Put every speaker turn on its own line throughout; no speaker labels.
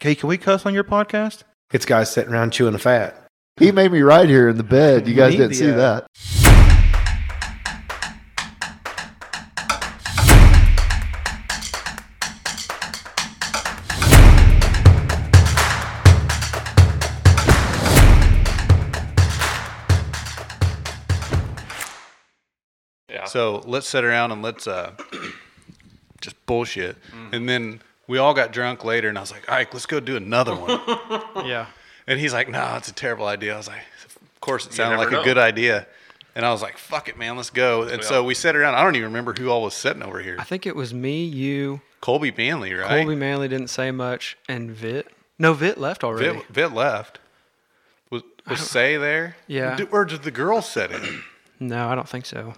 Hey, can we cuss on your podcast?
It's guys sitting around chewing a fat.
He made me ride here in the bed. You guys didn't see
Media.
that.
Yeah.
So let's sit around and let's uh, just bullshit. And then we all got drunk later, and I was like, all right, let's go do another one.
yeah.
and he's like, nah, it's a terrible idea. I was like, of course it sounded like
never
a
know.
good idea. And I was like, fuck it, man, let's go. And so we sat around. I don't even remember who all was sitting over here.
I think it was me, you,
Colby Manley, right?
Colby Manley didn't say much, and Vit. No, Vit left already.
Vit, Vit left. Was, was Say there?
Yeah.
Did- or did the girl sit in?
No, I don't think so.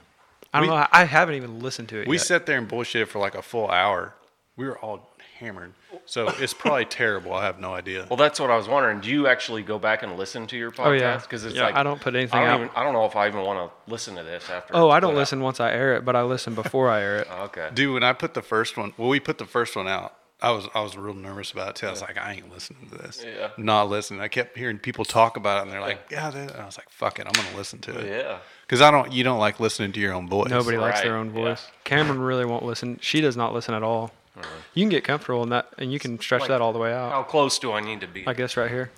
I don't
We-
know. I, I haven't even listened to it
We
yet.
sat there and bullshitted for like a full hour. We were all hammered. So it's probably terrible. I have no idea.
Well, that's what I was wondering. Do you actually go back and listen to your podcast?
Oh, yeah.
Because it's
Yeah,
like
I don't put anything
I don't
out.
Even, I don't know if I even want to listen to this after.
oh,
it's
I don't
put out.
listen once I air it, but I listen before I air it.
Okay.
Dude, when I put the first one, well, we put the first one out. I was I was real nervous about it too. I was like, I ain't listening to this.
Yeah.
Not listening. I kept hearing people talk about it, and they're like, yeah. that And I was like, fuck it, I'm gonna listen to it.
Yeah.
Because I don't, you don't like listening to your own voice.
Nobody likes their
Right,
own
yeah. Uh-huh.
voice. Cameron really won't listen. She does not listen at all. You can get comfortable in that, and you can stretch
Like,
that all the way out.
How close do I need to be?
I guess right here.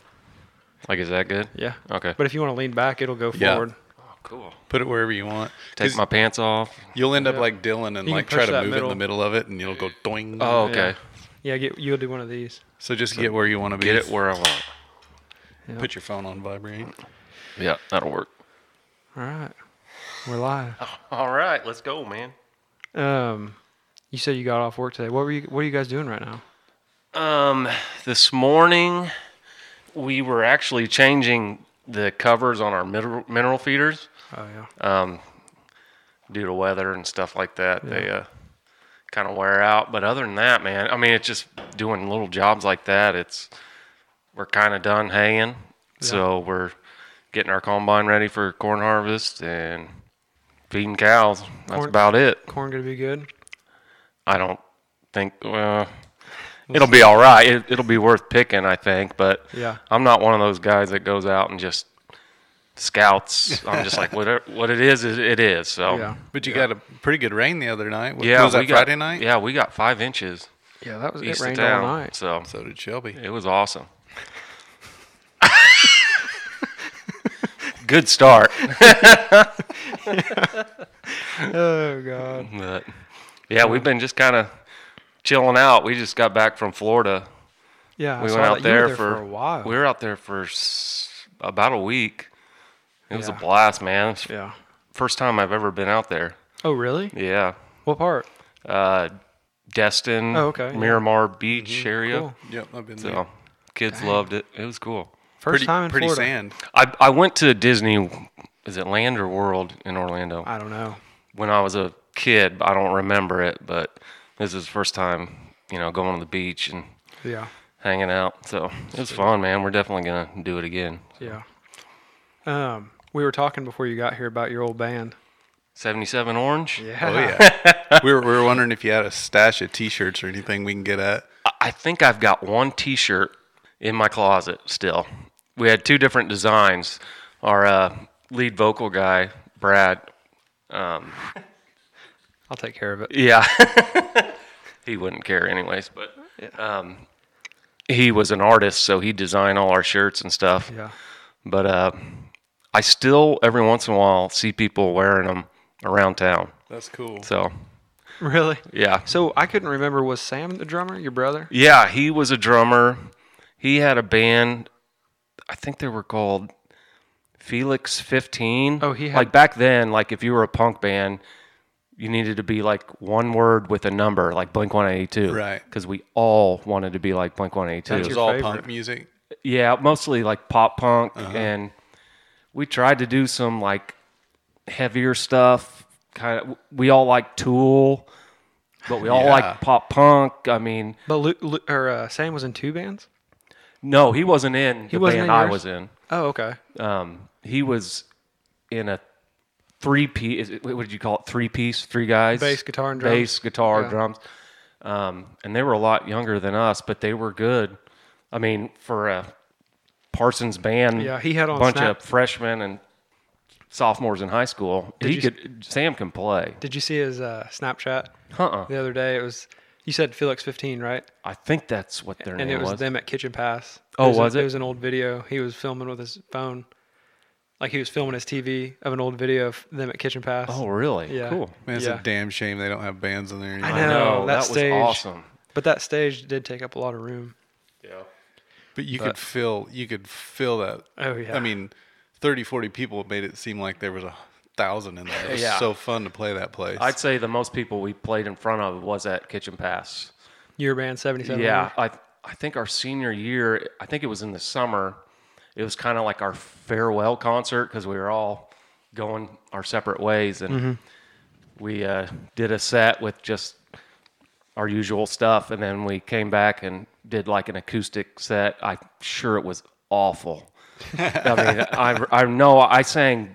Like, is that good?
Yeah.
Okay.
But if you want to lean back, it'll go
Yeah.
forward.
Oh, cool.
Put it wherever you want.
Take
'Cause
my pants off.
You'll end up like Dylan and
You can
like try
push
to move it
that
in
middle.
the middle of it, and it'll go doing.
Oh,
Yeah.
okay.
Yeah, get, you'll do one of these.
So just get where you want to be.
Get it where I want.
Put your phone on vibrate.
Yeah, that'll work.
All right. We're live.
All right, let's go, man.
Um, you said you got off work today. What were you? What are you guys doing right now?
Um, this morning we were actually changing the covers on our mineral, mineral feeders
Oh yeah.
um, due to weather and stuff like that. They uh, kind of wear out. But other than that, man, I mean, it's just doing little jobs like that. It's we're kind of done haying, so we're getting our combine ready for corn harvest and feeding cows. That's
Corn-
about it.
Corn gonna be good.
I don't think. Well, it'll be all right. It, it'll be worth picking, I think. But
Yeah.
I'm not one of those guys that goes out and just scouts. I'm just like whatever what it is, it, it is. So
Yeah.
yeah,
But you got a pretty good rain the other night. What, was
we
that
got-
Friday night?
Yeah, we got five inches
Yeah, that was
east
it.
of
Rained all
town.
night.
So
So did Shelby.
it was awesome. Good start,
Oh god.
but yeah, we've been just kind of chilling out. We just got back from Florida.
Yeah, I
we
saw
went out
that. You were
there,
for, a while.
We were out there for s- about a week. It was a
Yeah.
blast, man. It's
yeah.
First time I've ever been out there.
Oh really?
Yeah.
What part?
Uh, Destin,
Oh, okay, yeah.
Miramar Beach area.
Cool.
Yep, I've been there.
So kids loved it. It was cool.
First
pretty
time in
pretty
Florida.
sand.
I, I went to Disney, is it Land or World in Orlando?
I don't know.
when I was a kid. I don't remember it, but this is the first time, you know, going to the beach and
Yeah.
hanging out. So it was fun, man. We're definitely going to do it again.
Yeah. Um, we were talking before you got here about your old band.
77 Orange?
Yeah.
Oh yeah. we, were, we were wondering if you had a stash of T-shirts or anything we can get at.
I think I've got one T-shirt in my closet still. We had two different designs. Our uh, lead vocal guy, Brad,
I'll take care of it.
yeah, he wouldn't care anyways. But um, he was an artist, so he designed all our shirts and stuff.
Yeah.
But uh, I still every once in a while see people wearing them around town.
That's cool.
So
Really?
yeah,
So I couldn't remember. Was Sam the drummer? Your brother?
Yeah, he was a drummer. He had a band. I think they were called Felix 15.
Oh, he had-
Like back then, like if you were a punk band, you needed to be like one word with a number, like Blink 182.
Right.
Because we all wanted to be like Blink 182.
it was
your
all
favorite.
punk music.
Yeah, mostly like pop punk,
Uh-huh.
and we tried to do some like heavier stuff. Kind of, we all like Tool, but we all
Yeah.
like pop punk. I mean,
But Lu, Lu, or uh, Sam was in two bands.
no, he wasn't in the
wasn't in
band I
yours?
was in.
Oh, okay.
Um, he was in a three piece. What did you call it? Three piece, three guys.
Bass, guitar, and drums.
Bass, guitar,
Yeah.
drums. Um, and they were a lot younger than us, but they were good. I mean, for a Parsons band,
Yeah, he had on
bunch
snap-
of freshmen and sophomores in high school.
Did
he
you-
could Sam can play.
Did you see his uh, Snapchat
Uh-uh.
the other day? It was you said Felix 15, right?
I think that's what their
and
name
it was,
was.
them at Kitchen Pass.
Oh,
it was, a-
was it?
It was an old video. He was filming with his phone, like he was filming his TV of an old video of them at Kitchen Pass.
Oh, really?
Yeah.
Cool.
Man, it's
Yeah.
a damn shame they don't have bands in there. anymore.
I know, that
that
stage.
was awesome.
But that stage did take up a lot of room.
Yeah.
But you could feel you could feel that.
Oh, yeah.
I mean, 30, 40 people made it seem like there was a thousand in there. It was
Yeah.
so fun to play that place.
I'd say the most people we played in front of was at Kitchen Pass.
Your band 77.
Yeah, I I think our senior year, I think it was in the summer. It was kind of like our farewell concert because we were all going our separate ways, and
Mm-hmm.
we uh, did a set with just our usual stuff, and then we came back and did like an acoustic set. I'm sure it was awful. I mean, I I know I sang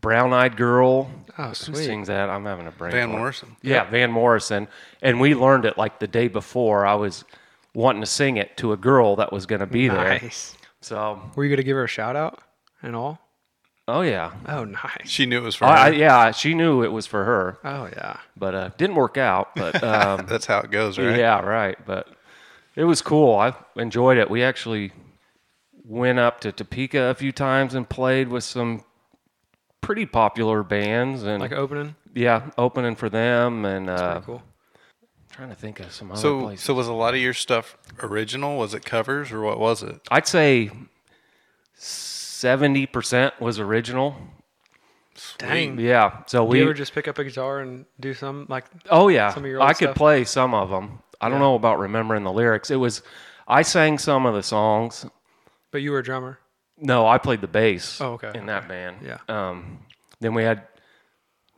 "Brown Eyed Girl."
Oh,
Who
sweet.
sings that? I'm having a brain.
Van
fart.
Morrison.
Yeah, Van Morrison. And we learned it like the day before. I was wanting to sing it to a girl that was going to be there.
Nice.
So,
Were you going to give her a shout out and all?
oh yeah.
Oh, nice.
She knew it was for
I, I,
her.
yeah, she knew it was for her,
Oh, yeah.
but uh, didn't work out. But um,
That's how it goes, right?
yeah, right. But it was cool. I enjoyed it. We actually went up to Topeka a few times and played with some pretty popular bands and
Like opening?
yeah, opening for them and uh,
Pretty cool.
trying to think of some other
So,
places.
so was a lot of your stuff original? Was it covers or what was it?
I'd say seventy percent was original.
Dang.
Yeah. So
Do
we.
you ever just pick up a guitar and do some like
oh yeah.
some of your
I
old
could
stuff?
play some of them. I don't know about remembering the lyrics. It was. I sang some of the songs.
but you were a drummer.
No, I played the bass.
Oh, okay,
In that band.
Yeah.
Um, then we had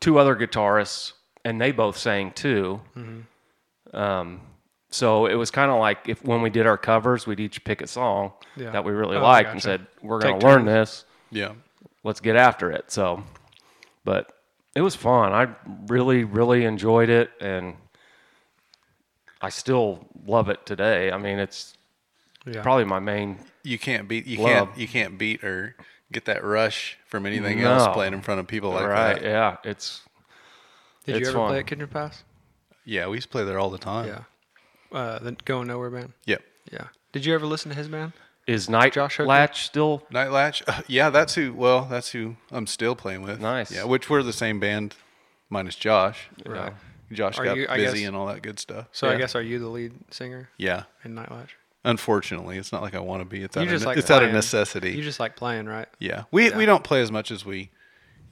two other guitarists, and they both sang too. Um,
Mm-hmm.
so it was kind of like if when we did our covers, we'd each pick a song
Yeah.
that we really
Oh, I
liked and
gotcha.
said, "We're going
Take
to learn this."
Yeah.
let's get after it. So, but it was fun. I really, really enjoyed it, and I still love it today. I mean, it's
Yeah.
probably my main.
You can't beat you
Love.
can't you can't beat or get that rush from anything else
No.
playing in front of people like
right?
that. Yeah.
Yeah, it's
Did
It's
you ever
fun. Uh-huh.
play at Kitchen Pass?
we used to play there all the time.
Yeah. Uh, the Going Nowhere band.
Yep.
Yeah. Did you ever listen to his band?
is Night
Josh Hooker?
Latch still
Night Latch. uh, yeah, that's who. Well, that's who I'm still playing with.
Nice.
Yeah, which we're the same band, minus Josh.
Right.
Josh
Are
got
you- I
busy
guess-
and all that good stuff.
So I
Yeah.
guess are you the lead singer
Yeah.
in Night Lodge?
Unfortunately, it's not like I want to be. It's
You
out of,
just like
it's out of
playing.
necessity.
You just like playing, right?
yeah. We we don't play as much as we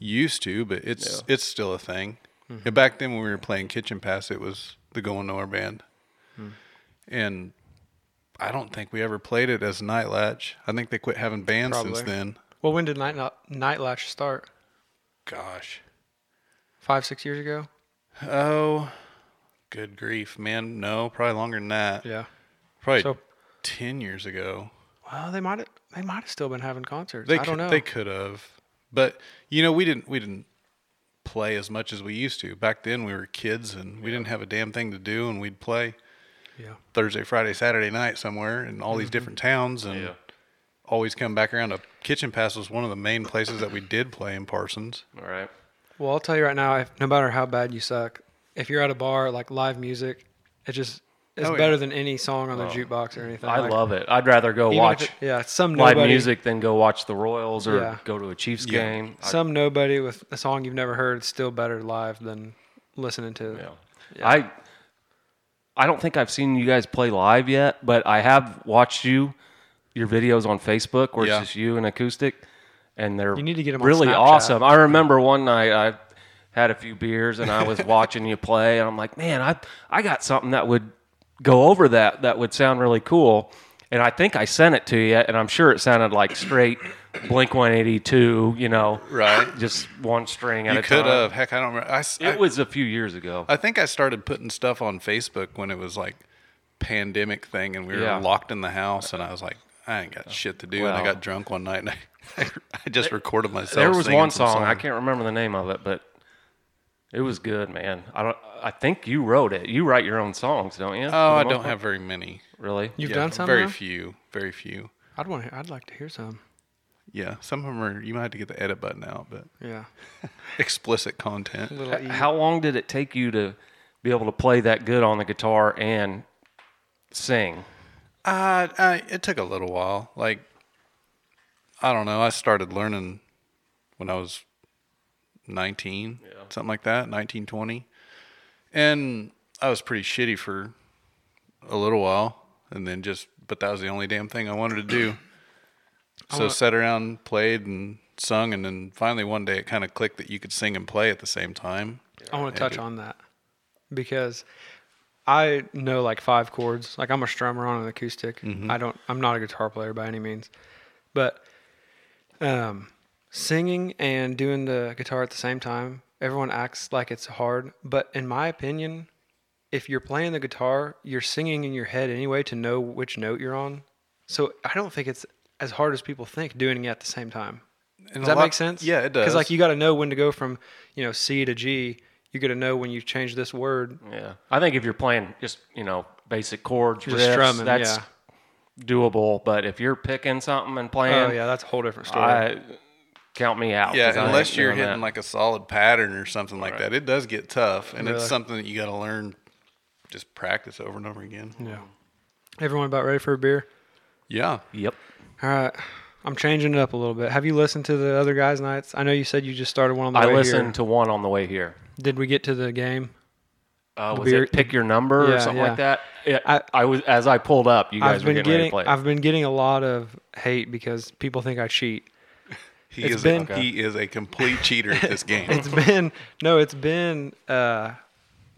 used to, but it's it's still a thing.
Mm-hmm.
And back then when we were playing Kitchen Pass, it was the Going Nowhere band.
Mm.
And I don't think we ever played it as Night Latch. I think they quit having bands since
Probably.
then.
Well, when did Night Night Latch start?
Gosh.
Five, six years ago?
Oh, good grief, man. No, probably longer than that.
Yeah.
Probably
So-
10 years ago.
Well, they might have they might have still been having concerts.
They
I
could,
don't know.
They could have, but you know, we didn't. We didn't play as much as we used to back then. We were kids and we didn't have a damn thing to do, and we'd play
Yeah. Mm-hmm.
Thursday, Friday, Saturday night somewhere in all these different towns, and always come back around. to kitchen pass was one of the main places that we did play in Parsons.
all right?
Well, I'll tell you right now, if, no matter how bad you suck, if you're at a bar like live music, it just it's
Oh, yeah.
better than any song on the jukebox or anything.
I
Like,
love it. I'd rather go
even if
watch
it- yeah, some
live
nobody,
music than go watch the Royals or
Yeah.
go to a Chiefs
Yeah.
game. I-
Some nobody with a song you've never heard is still better live than listening to.
Yeah. I I don't think I've seen you guys play live yet, but I have watched you your videos on Facebook where
Yeah.
it's just you and acoustic, and they're
You need to get 'em on
really
Snapchat.
awesome. I remember one night I had a few beers and I was watching you play, and I'm like, man, I I got something that would go over that that would sound really cool. And I think I sent it to you, and I'm sure it sounded like straight Blink 182, you know,
Right.
Just one string at
You
a
could
time.
have. Heck, I don't remember. I, s- I-
It was a few years ago.
I think I started putting stuff on Facebook when it was like pandemic thing and we were
Yeah.
locked in the house and I was like, I ain't got shit to do. and I
Well.
got drunk one night and I, I just recorded myself.
There was
singing
one
some
song I
songs.
can't remember the name of it, but It was good, man. I don't. I think you wrote it. You write your own songs, don't you?
Oh,
For the
I
most
don't
part?
have very many.
really.
You've
Yeah,
done some.
Very
now?
few. Very few.
I'd want. I'd like to hear some.
Yeah, some of them are. You might have to get the edit button out, but
Yeah.
explicit content.
Little E.
How long did it take you to be able to play that good on the guitar and sing?
Uh, I, it took a little while. Like, I don't know. I started learning when I was 19, something like that, 19, 20. And I was pretty shitty for a little while. And then just, but that was the only damn thing I wanted to do. so sat around, played, and sung. And then finally one day it kind of clicked that you could sing and play at the same time.
I want to touch on that because I know like five chords. Like I'm a strummer on an acoustic.
Mm-hmm.
I don't. I'm not a guitar player by any means, but um, singing and doing the guitar at the same time. Everyone acts like it's hard, but in my opinion, if you're playing the guitar, you're singing in your head anyway to know which note you're on. So I don't think it's as hard as people think doing it at the same time.
And
Does
a
that
lot-
make sense?
Yeah, it does.
Because like you got to know when to go from you know C to G. You got to know when you change this word.
Yeah, I think if you're playing just you know basic chords,
Just
riffs,
strumming,
that's
yeah.
doable. But if you're picking something and playing,
oh yeah, that's a whole different story.
I count me out.
Yeah,
'cause I ain't
unless you're
doing
hitting
that.
like a solid pattern or something like that, it does get tough, and it's
Really?
something that you got to learn. Just practice over and over again.
yeah. Everyone about ready for a beer?
Yeah,
yep.
All right. I'm changing it up a little bit. Have you listened to the other guys' nights? I know you said you just started one on the
I
way
listened
here.
to one on the way here.
Did we get to the game?
Uh,
The
was
beer-
it pick your number
Yeah,
or something
yeah.
like that? Yeah, I,
I-
was as I pulled up, you guys
I've
were
been
getting, ready to
getting
play. it.
I've been getting a lot of hate because people think I cheat.
he
It's
is.
been-
He is a complete cheater at this game.
It's been no, it's been uh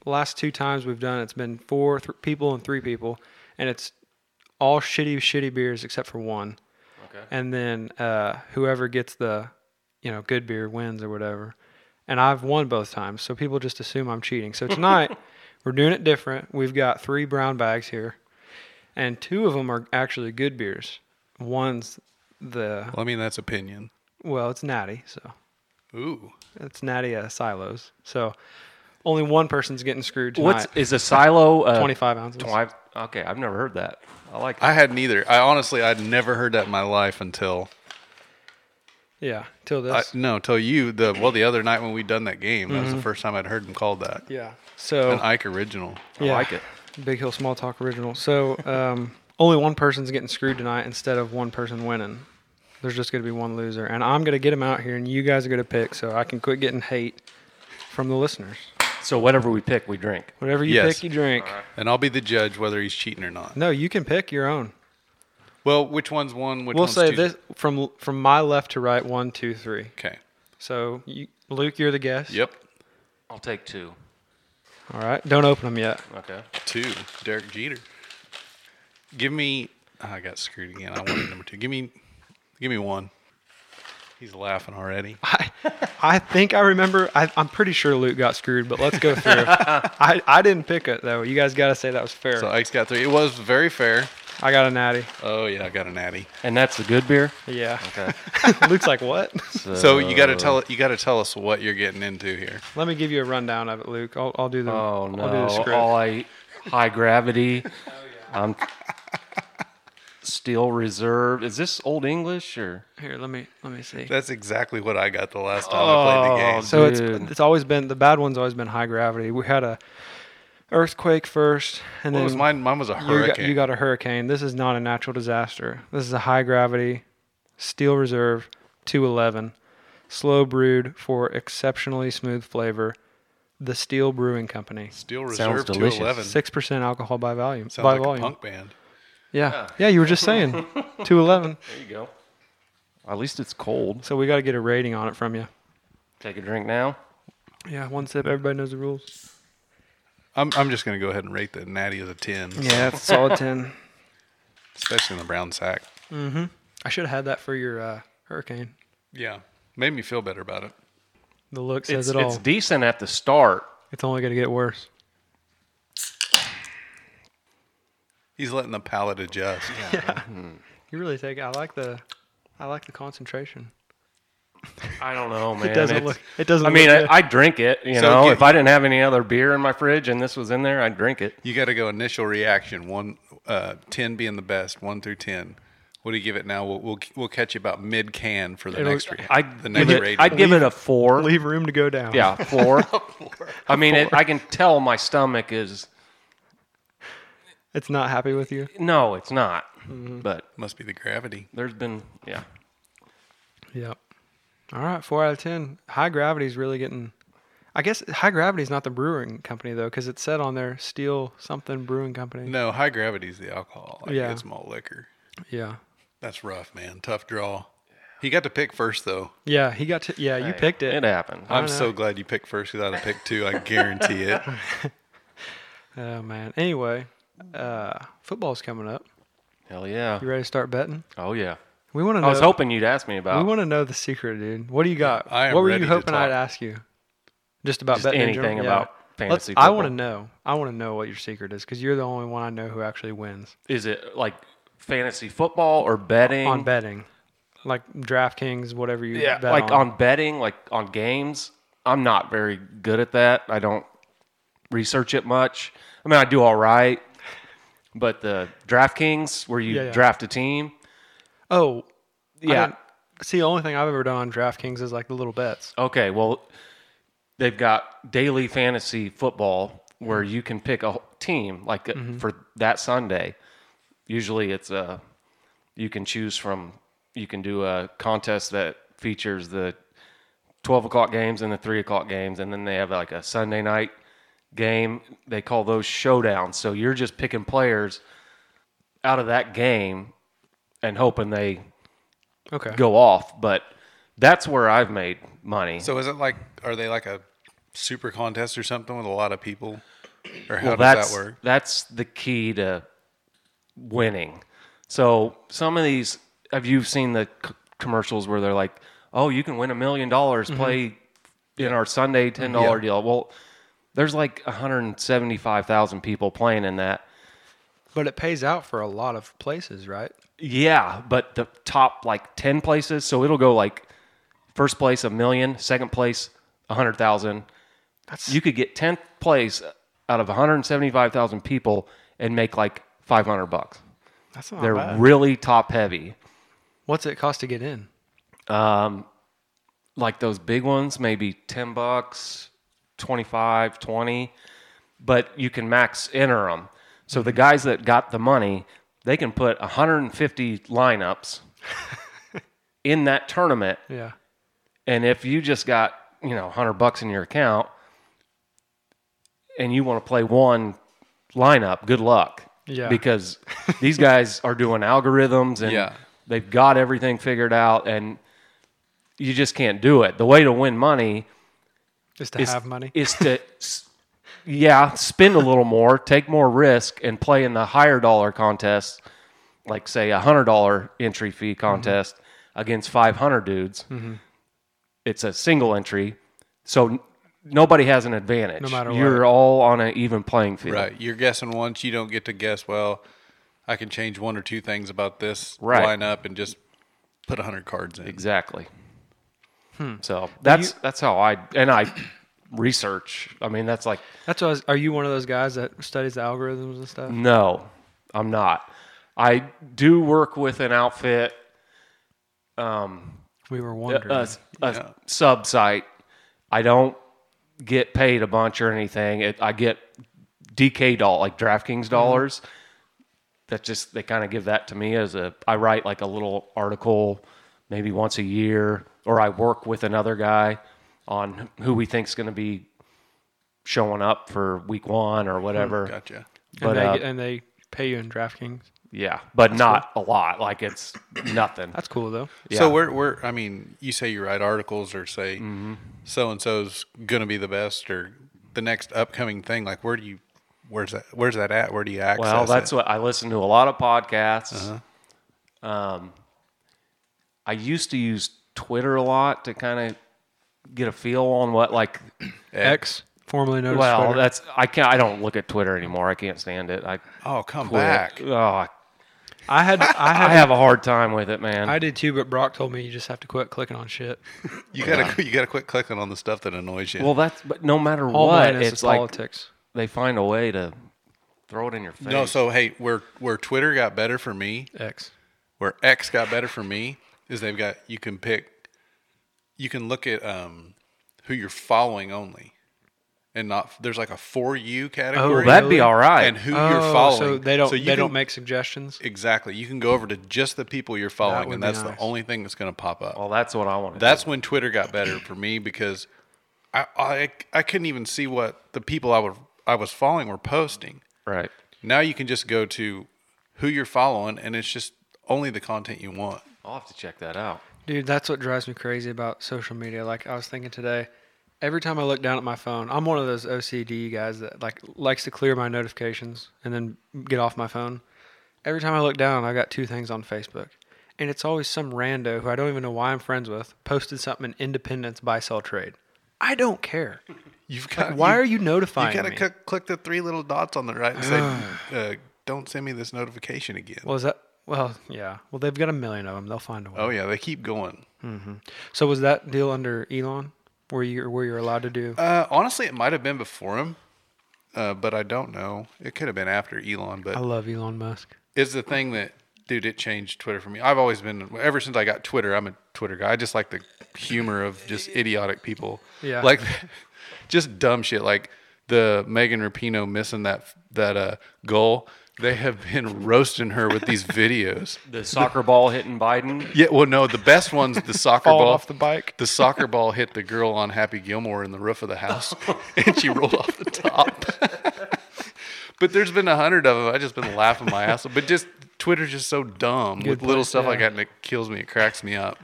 last two times we've done it, it's been four th- people and three people and it's all shitty shitty beers except for one.
Okay.
And then uh whoever gets the you know good beer wins or whatever. And I've won both times, so people just assume I'm cheating. So tonight we're doing it different. We've got three brown bags here. And two of them are actually good beers. One's the
well, I mean, that's opinion.
well, it's natty, so
Ooh,
it's Natty uh, Silos. So only one person's getting screwed tonight.
What's is a silo? Uh,
25 ounces.
20 okay, I've never heard that. I like. That.
I hadn't either. I honestly, I'd never heard that in my life until
Yeah, till
I,
this.
no, until you. The well, the other night when we done that game, that was the first time I'd heard him called that.
Mm-hmm. yeah. So
An Ike original.
yeah.
like it.
Big Hill Small Talk original. So um, only one person's getting screwed tonight instead of one person winning. There's just going to be one loser, and I'm going to get him out here, and you guys are going to pick, so I can quit getting hate from the listeners.
So whatever we pick, we drink.
Whatever you
Yes.
pick, you drink.
And I'll be the judge whether he's cheating or not.
No, you can pick your own.
Well, which one's one? Which
We'll
one's
say
two?
this from from my left to right: one, two, three.
Okay.
So, you, Luke, you're the guest.
Yep.
I'll take two.
All right. Don't open them yet.
Okay.
Two, Derek Jeter. Give me. oh, I got screwed again. I wanted number two. Give me, give me one. He's laughing already.
I, I think I remember. I, I'm pretty sure Luke got screwed, but let's go through. I, I didn't pick it though. You guys got to say that was fair.
So Ike's got three. It was very fair.
I got a natty.
Oh yeah, I got an natty.
And that's the good beer.
Yeah.
Okay.
Luke's like, what?
So you
Uh.
got to tell you got to tell us what you're getting into here.
Let me give you a rundown of it, Luke. I'll, I'll do the.
Oh
I'll do the
no!
script. Oh,
All I high gravity. I'm steel reserve. Is this old English or?
Here, let me let me see.
That's exactly what I got the last time I played the game.
Oh,
So
Dude.
it's it's always been the bad one's always been high gravity. We had a earthquake first, and
What
then
was mine? Mine was a
you got,
hurricane.
you got a hurricane. This is not a natural disaster. This is a high gravity, steel reserve, 211, slow brewed for exceptionally smooth flavor. The Steel Brewing Company,
Steel
Sounds
Reserve
delicious.
211. Sounds
six percent alcohol by volume. by
like a
volume,
punk band.
yeah. yeah, You were just saying 211.
There you go. At least it's cold.
So we got to get a rating on it from you.
Take a drink now.
Yeah, one sip. Everybody knows the rules.
I'm I'm just gonna go ahead and rate the natty as a ten,
Yeah, it's a solid 10.
especially in the brown sack.
I should have had that for your uh, hurricane.
Yeah, made me feel better about it.
The look says
It's,
it all.
it's decent at the start.
it's only going to get worse.
He's letting the palate adjust.
You really take. I like the, I like the concentration.
I don't know, man.
doesn't
It's-
look- it doesn't
I mean,
look good.
I, I drink it. You
So
know,
give-
if I didn't have any other beer in my fridge and this was in there, I'd drink it.
You got to go initial reaction. One, uh, ten being the best. One through ten. What do you give it now? We'll we'll, we'll catch you about mid can for the
It'll-
next. Re-
I
the next rating.
I'd give it a four.
Leave room to go down.
Yeah, four. I mean, It, I can tell my stomach is
It's not happy with you.
no, it's not.
Mm-hmm.
But
Must be the gravity.
there's been yeah.
Yep. All right, four out of ten. High gravity is really getting. I guess high gravity is not the brewing company though, because it said on there steel something brewing company.
No, high gravity's the alcohol. Like
Yeah.
it's malt liquor.
Yeah.
That's rough, man. Tough draw. He got to pick first though.
Yeah, he got to. Yeah, you picked it.
It happened.
I'm so glad you picked first because I'd have picked two. I guarantee it.
Oh man. Anyway, uh, football's coming up.
Hell yeah.
You ready to start betting?
Oh yeah.
We want to know.
I was hoping you'd ask me
we
about
want to know the secret, dude. What do you got?
I am
what were
ready
you
to
hoping I'd
talk.
ask you? Just about
Just
betting in
anything
general?
about
yeah.
fantasy
Let's- I want to
football.
know. I want to know what your secret is because you're the only one I know who actually wins
is it like fantasy football or betting
on betting, like DraftKings, whatever you
Yeah,
bet
like on. betting, like on games. I'm not very good at that. I don't research it much. I mean, I do all right, but the DraftKings where you
Yeah, yeah.
draft a team.
Oh,
Yeah.
yeah. See, the only thing I've ever done on DraftKings is like the little bets.
Okay, well, they've got daily fantasy football where you can pick a wh- team like uh, for that Sunday. Usually, it's a you can choose from. You can do a contest that features the twelve o'clock games and the three o'clock games, and then they have like a Sunday night game. They call those showdowns. So you're just picking players out of that game and hoping they
Okay.
go off. But that's where I've made money.
So is it like? Are they like a super contest or something with a lot of people? Or how
Well,
does
that's
that work?
that's the key to winning. So some of these, have you seen the c- commercials where they're like, "Oh, you can win a million dollars
Mm-hmm.
play in our Sunday ten dollar deal." Well, there's like 175 thousand people playing in that.
But it pays out for a lot of places, right?
Yeah, but the top like 10 places, so it'll go like first place a million, second place a 100,000.
That's-
You could get 10th place out of 175,000 people and make like 500 bucks.
That's not
They're
bad.
really top heavy.
What's it cost to get in?
Like those big ones, maybe 10 bucks, 25, 20, but you can max enter them. So
Mm-hmm.
the guys that got the money, they can put 150 lineups in that tournament
Yeah.
And if you just got, you know, 100 bucks in your account and you want to play one lineup, good luck.
Yeah.
Because these guys are doing algorithms and
Yeah.
they've got everything figured out and you just can't do it. The way to win money
Just to
is
have money.
is to s- yeah, spend a little more, take more risk and play in the higher dollar contests, like say a $100 entry fee
Mm-hmm.
contest against 500 dudes it's a single entry, so n- nobody has an advantage.
No matter
You're
what.
all on an even playing field.
Right. You're guessing once. You don't get to guess. Well, I can change one or two things about this
Right.
lineup and just put hundred cards in.
Exactly.
Hmm.
So that's that's how I and I research. I mean, that's like
That's what I was, are you one of those guys that studies the algorithms and stuff?
no, I'm not. I do work with an outfit,
We were
a,
wondering.
a, a sub site. I don't get paid a bunch or anything. It, I get DK doll like
Mm-hmm.
DraftKings dollars. That just they kind of give that to me as a I write like a little article maybe once a year or I work with another guy on who we think's going to be showing up for week 1 or whatever.
Gotcha.
and,
But
they,
uh,
and they pay you in DraftKings.
yeah, but not a lot. Like it's nothing.
That's cool though.
So
Yeah. Mm-hmm.
we're we're I mean, you say you write articles or say so and so's gonna be the best or the next upcoming thing. Like where do you where's that where's that at? Where do you access?
Well, that's
it?
what I listen to a lot of podcasts. Um,
Uh-huh.
I used to use Twitter a lot to kind of get a feel on what like.
X, formerly known as
Well,
Twitter.
that's I can't. I don't look at Twitter anymore. I can't stand it. I
oh come
quit.
back.
Oh, I-
I had I had
I have a hard time with it, man.
I did too, but Brock told me you just have to quit clicking on shit.
You gotta you gotta quit clicking on the stuff that annoys you.
well, that's but no matter
All
what,
mine is
it's
the
like
politics.
they find a way to throw it in your face.
no, so hey, where where Twitter got better for me,
X.
where X got better for me is they've got you can pick you can look at um who you're following only. And not there's like a for you category.
that'd be all right.
And who
Oh,
you're following.
So they don't
So
they
you
don't
can-
make suggestions.
Exactly. You can go over to just the people you're
That
following,
would
and
be
that's
nice.
the only thing that's going to pop up.
well, that's what I want to.
That's when Twitter got better for me because I, I I couldn't even see what the people I were I was following were posting.
do. right.
Now you can just go to who you're following, and it's just only the content you want.
I'll have to check that out.
Dude, that's what drives me crazy about social media. Like I was thinking today, every time I look down at my phone, I'm one of those OCD guys that like likes to clear my notifications and then get off my phone. Every time I look down, I got two things on Facebook. And it's always some rando who I don't even know why I'm friends with posted something in Independence buy sell trade. I don't care.
You've got
Why are
You
you notifying
got to
me?
click, click the three little dots on the right and say, uh, "Don't send me this notification again."
Well, is that well, yeah. Well, they've got a million of them. They'll find a way.
oh yeah, they keep going.
So was that deal under Elon, where you where you're allowed to do?
Uh, honestly, it might have been before him, uh, but I don't know. It could have been after Elon, but
I love Elon Musk.
is the thing that dude it changed twitter for me i've always been ever since i got twitter i'm a twitter guy i just like the humor of just idiotic people
Yeah.
like just dumb shit like the megan rapino missing that that uh goal they have been roasting her with these videos
The soccer ball hitting Biden.
yeah well no the best one's the soccer
Falling
ball
off the bike.
the soccer ball hit the girl on happy gilmore in the roof of the house
Oh.
and she rolled off the top But there's been a hundred of them. I just been laughing my ass off. But just Twitter's just so dumb with little
point,
stuff like
yeah.
that, and it kills me. It cracks me up.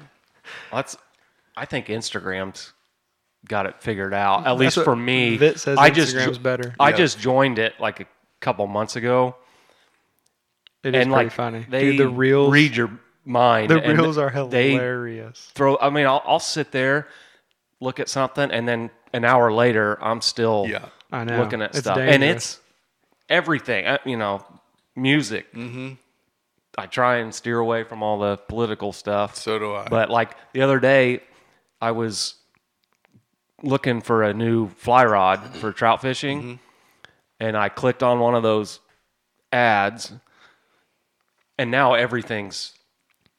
That's. I think Instagram's got it figured out. At least
what
for me,
Vit says
I just
Instagram's better.
I
Yeah.
just joined it like a couple months ago,
It is
and
pretty
like
funny.
they
Dude, the reels,
read your mind.
the
and
reels are
they
hilarious.
throw. I mean, I'll, I'll sit there, look at something, and then an hour later, I'm still
Yeah.
I know.
looking at
It's
stuff, and
dangerous.
it's everything. uh, You know, music. Mm-hmm. I try and steer away from all the political stuff.
So do I.
But like the other day, I was looking for a new fly rod for trout fishing,
Mm-hmm.
and I clicked on one of those ads, and now everything's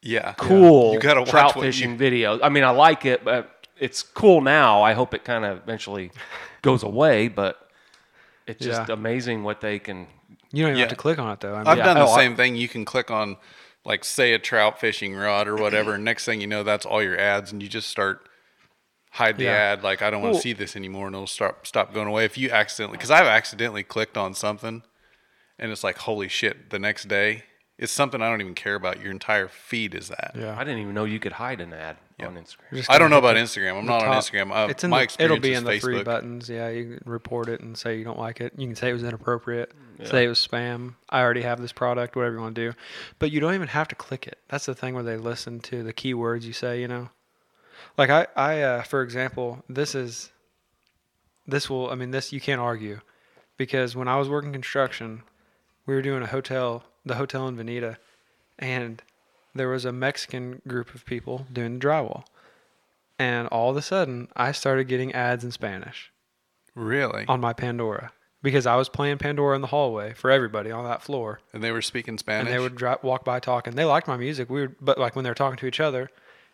Yeah.
cool
You gotta watch
trout
what you-
fishing videos. I mean, I like it, but it's cool now. I hope it kind of eventually goes away, but it's just
Yeah.
amazing what they can.
you don't even have
Yeah.
to click on it though. I mean,
I've
Yeah.
done the
Oh, I-
same thing. You can click on, like, say a trout fishing rod or whatever. and next thing you know, that's all your ads, and you just start hide the
Yeah.
ad. Like, I don't want to see this anymore, and it'll start stop going away. If you accidentally, because I've accidentally clicked on something, and it's like, holy shit! The next day, it's something I don't even care about. Your entire feed is that.
Yeah.
I didn't even know you could hide an ad on Instagram.
just
I don't
gonna
know
hit
about Instagram. I'm
the
not on
top.
Instagram. Uh,
it's in
my
the,
experience
it'll be
is
in the
Facebook.
free buttons. Yeah, you can report it and say you don't like it. You can say it was inappropriate. Say it was spam. I already have this product. Whatever you want to do, but you don't even have to click it. That's the thing where they listen to the keywords you say. You know, like I, I uh, for example, this is, this will. I mean, this you can't argue, because when I was working construction, we were doing a hotel, the hotel in Veneta, and there was a Mexican group of people doing the drywall. And all of a sudden, I started getting ads in Spanish
Really?
on my Pandora because I was playing Pandora in the hallway for everybody on that floor.
And they were speaking Spanish.
And they would dri walk by talking. They liked my music. We were, but like when they were talking to each other,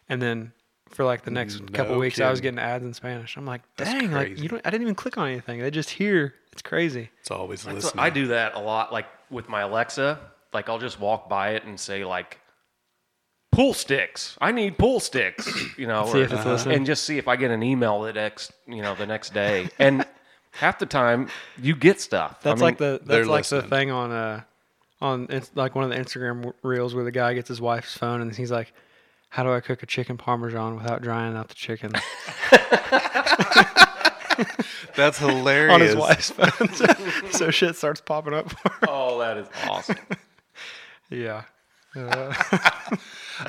and then for like the next couple
Mm, No
weeks, I was
kidding.
getting ads in Spanish. I'm like, dang, like
crazy.
you don't. I didn't even click on anything. They just hear. It's crazy.
It's always
That's
listening.
what- I do that a lot, like with my Alexa. Like I'll just walk by it and say like, "Pool sticks. I need pool sticks." You know,
See if it's listening.
and just see if I get an email the next, you know, the next day. And half the time, you get stuff.
That's
I mean,
like the
they're
that's like the
listening.
thing on uh on it's like one of the Instagram w- reels where the guy gets his wife's phone and he's like, "How do I cook a chicken parmesan without drying out the chicken?"
That's hilarious.
on his wife's phone. so shit starts popping up for her.
oh, that is awesome.
Yeah.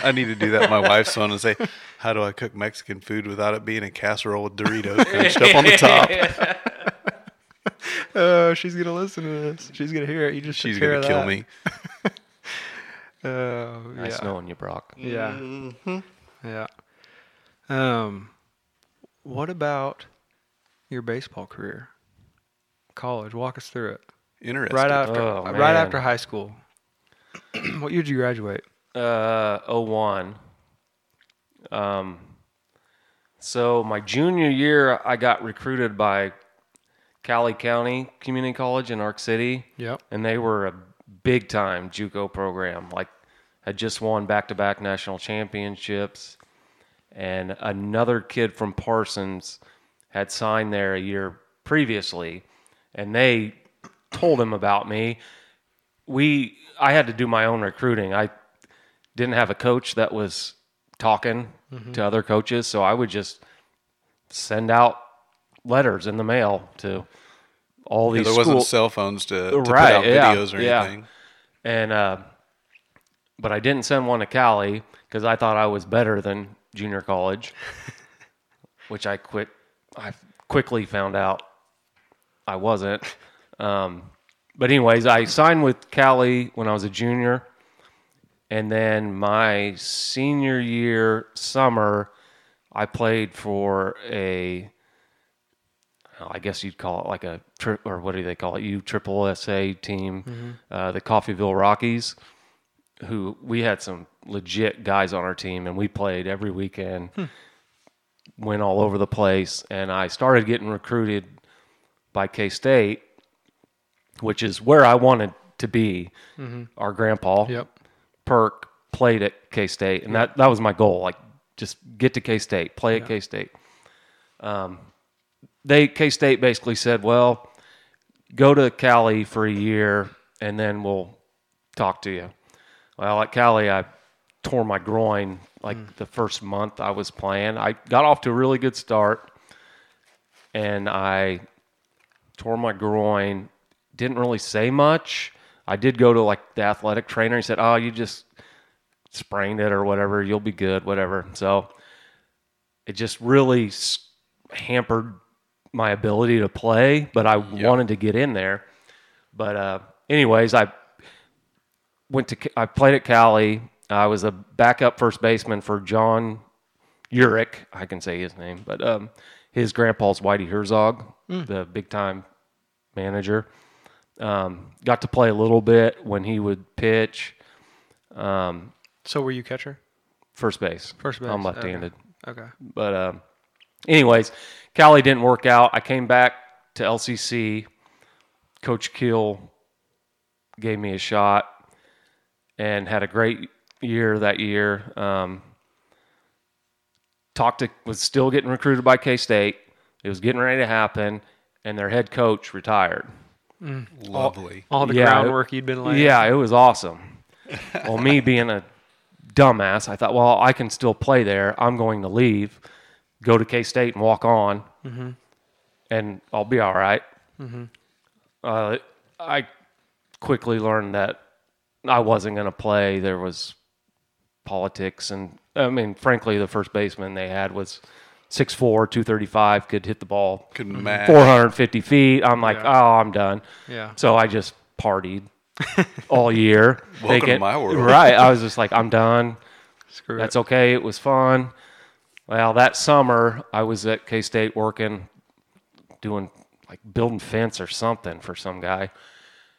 I need to do that. with My wife's phone and say, "How do I cook Mexican food without it being a casserole with Doritos crunched up on the top?"
Oh, she's gonna listen to this. She's gonna hear it. You just took
She's gonna
care of
kill me.
that. Oh,
Nice
yeah.
knowing you, Brock.
Yeah. Mm-hmm. Yeah. Um, what about your baseball career? College, walk us through it.
Interesting.
Right after,
Oh,
right
man.
after high school. what year did you graduate?
Uh, 01. Um, so my junior year, I got recruited by Cali County Community College in Arc City.
Yep.
and they were a big time JUCO program. Like, had just won back to back national championships, and another kid from Parsons had signed there a year previously, and they told him about me. We, I had to do my own recruiting. I didn't have a coach that was talking to other coaches, so I would just send out letters in the mail to all
Yeah,
these
there wasn't
school-
cell phones to, to put
Right,
out
yeah,
videos or
yeah.
anything.
and uh, but I didn't send one to Cali because I thought I was better than junior college, which I quit. I quickly found out I wasn't. Um, but anyways, I signed with Cali when I was a junior, and then my senior year summer, I played for a. I guess you'd call it like a trip, or what do they call it? U Triple SA team, uh, the Coffeeville Rockies, who we had some legit guys on our team, and we played every weekend. Went all over the place, and I started getting recruited by K State, which is where I wanted to be. Our grandpa,
Yep.
Perk played at K State, and that that was my goal. Like, just get to K State, play at K State. Um, they K State basically said, "Well, go to Cali for a year, and then we'll talk to you." Well, at Cali, I tore my groin like the first month I was playing. I got off to a really good start, and I tore my groin. Didn't really say much. I did go to like the athletic trainer. He said, "Oh, you just sprained it or whatever. You'll be good, whatever." So it just really s- hampered my ability to play, but I wanted to get in there. But uh, anyways, I went to I played at Cali. I was a backup first baseman for John Urich. I can say his name, but um, his grandpa's Whitey Herzog,
Hmm.
the big time manager. Um, got to play a little bit when he would pitch
So were you catcher?
first base.
First base,
I'm
okay.
left-handed.
Okay.
But um, anyways, Cali didn't work out. I came back to LCC. Coach Keel gave me a shot and had a great year that year. Um, talked to was still getting recruited by K State. It was getting ready to happen, and their head coach retired.
Lovely.
All the
Yeah,
groundwork you'd been laying.
Yeah, it was awesome. well, me being a dumbass, I thought, well, I can still play there. I'm going to leave, go to K State and walk on, and I'll be all right. Uh, I quickly learned that I wasn't going to play. There was politics, and I mean, frankly, the first baseman they had was 6'4, 235, could hit the ball
Could match.
450 feet. I'm like, oh, I'm done.
Yeah.
So I just partied all year.
Welcome to my world.
Right. I was just like, I'm done.
Screw
That's
it.
okay. It was fun. Well, that summer I was at K State working, doing like building fence or something for some guy,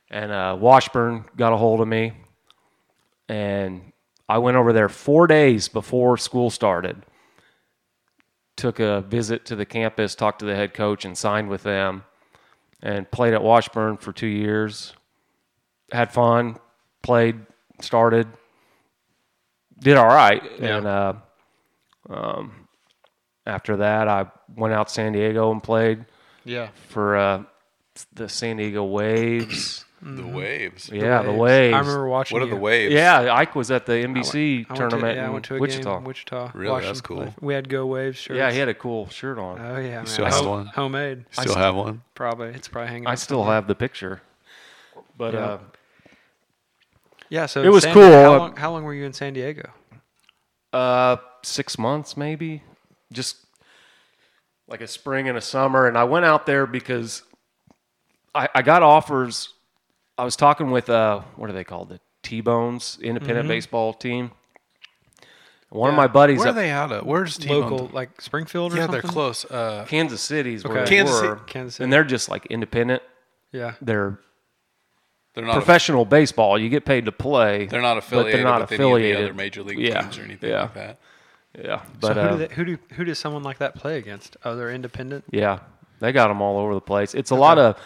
and uh, Washburn got a hold of me, and I went over there four days before school started. Took a visit to the campus, talked to the head coach, and signed with them, and played at Washburn for two years. Had fun, played, started, did all right. And uh, um, after that, I went out to San Diego and played
Yeah.
for uh, the San Diego Waves.
The waves.
Mm-hmm. yeah, the Waves.
I remember watching.
What are the
you.
waves?
Yeah, Ike was at the NBC
I went to-
tournament
yeah, I
in
went to a
Wichita.
game in Wichita.
Really?
watched
That's
them
cool.
play. We had Go Waves shirts.
yeah, he had a cool shirt on.
Oh yeah, man.
still have
Home-
one?
Homemade.
Still have one?
Probably. It's probably hanging.
I
out
still have the picture. But
Yeah.
uh,
Yeah, so
It
in
was
San-
cool.
How long, how long were you in San Diego?
Uh, six months maybe, just like a spring and a summer. And I went out there because I, I got offers. I was talking with uh, what are they called? The T Bones Independent Baseball Team. One of my
Mm-hmm.
buddies
Where are
up
they out of? Where's T-Bone?
Local, like Springfield or
Yeah,
something.
they're close. Uh,
Kansas City's where
Okay.
they
Kansas Ci-
were,
Kansas City.
and they're just like independent.
Yeah.
They're
they're not.
professional baseball. You get paid to play.
Oh. they're not affiliated.
but they're not
with
affiliated.
Any of the other major league
yeah.
teams or anything
Yeah,
like that.
yeah. But
so
uh,
who, do they, who do who does someone like that play against? Oh, they're independent.
yeah, they got them all over the place. It's a lot of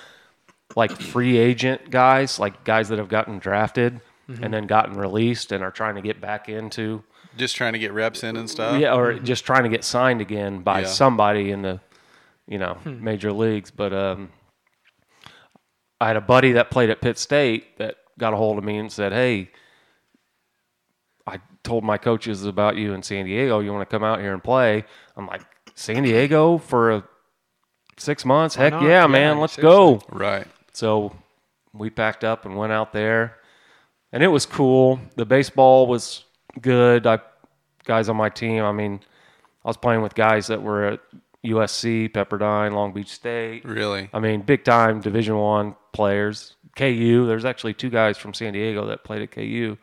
like free agent guys, like guys that have gotten drafted and then gotten released and are trying to get back into
Just trying to get reps in and stuff. Mm-hmm.
yeah, or just trying to get signed again by
Yeah.
somebody in the, you know,
Hmm.
major leagues. But um, I had a buddy that played at Pitt State that got a hold of me and said, "Hey, I told my coaches about you in San Diego. You want to come out here and play?" I'm like, "San Diego for a six months? Heck
not?
yeah,
Yeah,
man! Let's
seriously.
go!"
Right.
So we packed up and went out there, and it was cool. The baseball was good. I guys on my team. I mean, I was playing with guys that were at USC, Pepperdine, Long Beach State.
Really.
I mean, big time Division One players. KU. There's actually two guys from San Diego that played at KU,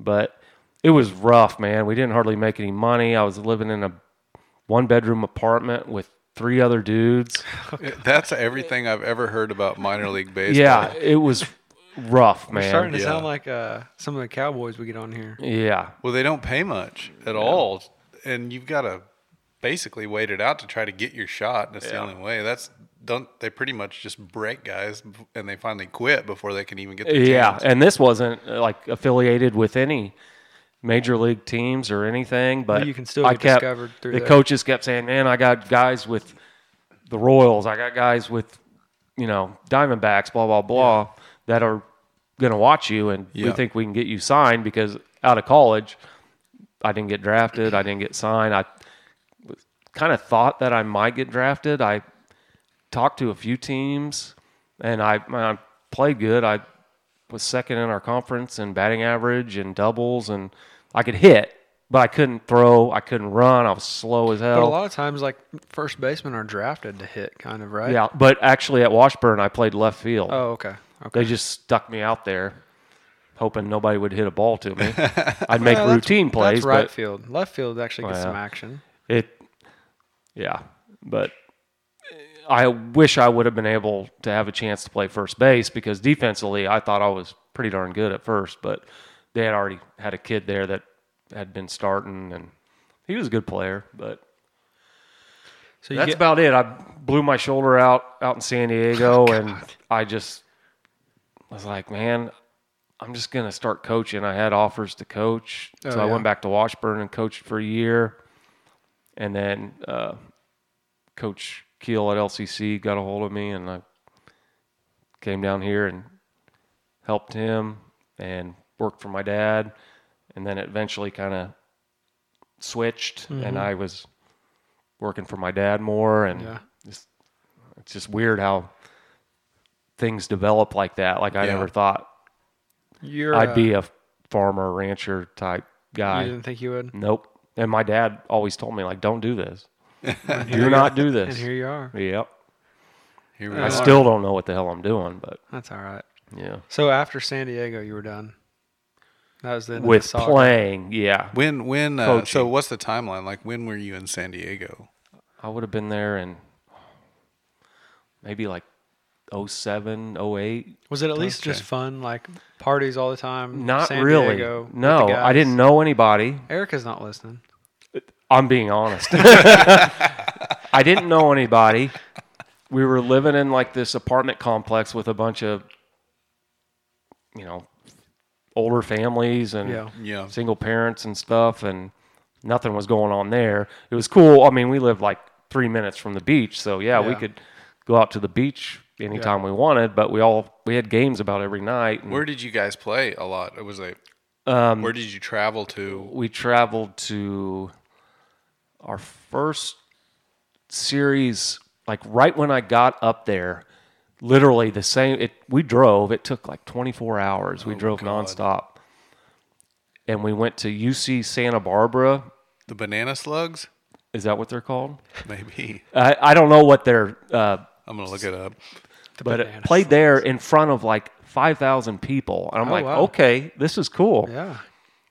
but it was rough, man. We didn't hardly make any money. I was living in a one bedroom apartment with three other dudes.
It- That's everything I've ever heard about minor league baseball.
Yeah, it was rough, man.
Starting to
yeah.
sound like uh, some of the Cowboys we get on here.
Yeah,
Well, they don't pay much at all, and you've got to basically wait it out to try to get your shot. That's the
Yeah.
only way. That's don't they pretty much just break guys bef- and they finally quit before they can even get the
yeah.
chance.
And this wasn't uh, like affiliated with any major league teams or anything, but
you can still
I
get
kept,
discovered through
the
there.
coaches kept saying, "Man, I got guys with the Royals. I got guys with you know Diamondbacks, blah blah blah, that are going to watch you, and we
Yeah.
think we can get you signed because out of college." I didn't get drafted. I didn't get signed. I kind of thought that I might get drafted. I talked to a few teams, and I, I played good. I was second in our conference in batting average and doubles, and I could hit, but I couldn't throw. I couldn't run. I was slow as hell.
But a lot of times, like first basemen are drafted to hit, kind of right.
yeah, but actually at Washburn, I played left field.
Oh, okay. Okay.
They just stuck me out there, hoping nobody would hit a ball to me. I'd make
Well, that's-
routine plays,
That's right
but
field. Left field actually gets
yeah.
some action.
It, yeah, but I wish I would have been able to have a chance to play first base because defensively, I thought I was pretty darn good at first. But they had already had a kid there that had been starting, and he was a good player. But
So you
that's
get,
about it. I blew my shoulder out out in San Diego,
Oh,
and I just was like, man, I'm just gonna start coaching. I had offers to coach, so
Oh,
I
yeah.
went back to Washburn and coached for a year, and then uh, Coach Keel at LCC got a hold of me, and I came down here and helped him and worked for my dad, and then eventually kind of switched, and I was working for my dad more and
Yeah.
just, it's just weird how things develop like that like i
Yeah.
never thought
you're,
i'd
uh,
be a farmer rancher type
You
guy
didn't think you would.
nope and my dad always told me like don't do this do not do
And
this
here you are.
yep
Here we
i
are.
still don't know what the hell i'm doing but
That's all right.
yeah
So after San Diego, you were done. That was the end of
with
the saga.
playing yeah
when when uh, so
Coaching.
what's the timeline? Like when were you in San Diego?
i would have been there in maybe like 07 08
Was it at least just fun, like parties all the time?
not
San
really
Diego with the
no i
guys?
didn't know anybody
Erica's not listening.
I'm being honest. I didn't know anybody. We were living in like this apartment complex with a bunch of, you know, older families and
Yeah.
Yeah.
single parents and stuff, and nothing was going on there. It was cool. I mean, we lived like three minutes from the beach, so yeah, we
Yeah.
could go out to the beach anytime we wanted. But we all we had games about every night. and
Where did you guys play a lot? Was it?
Um,
where did you travel to?
we traveled to our first series like right when I got up there literally the same it we drove it took like 24 hours
Oh,
we drove nonstop and we went to UC Santa Barbara
The banana slugs,
is that what they're called
maybe.
I, I don't know what they're uh,
I'm gonna look it up.
but
banana
it played there in front of like 5,000 people. And I'm
Oh,
like,
wow.
okay, this is cool.
Yeah.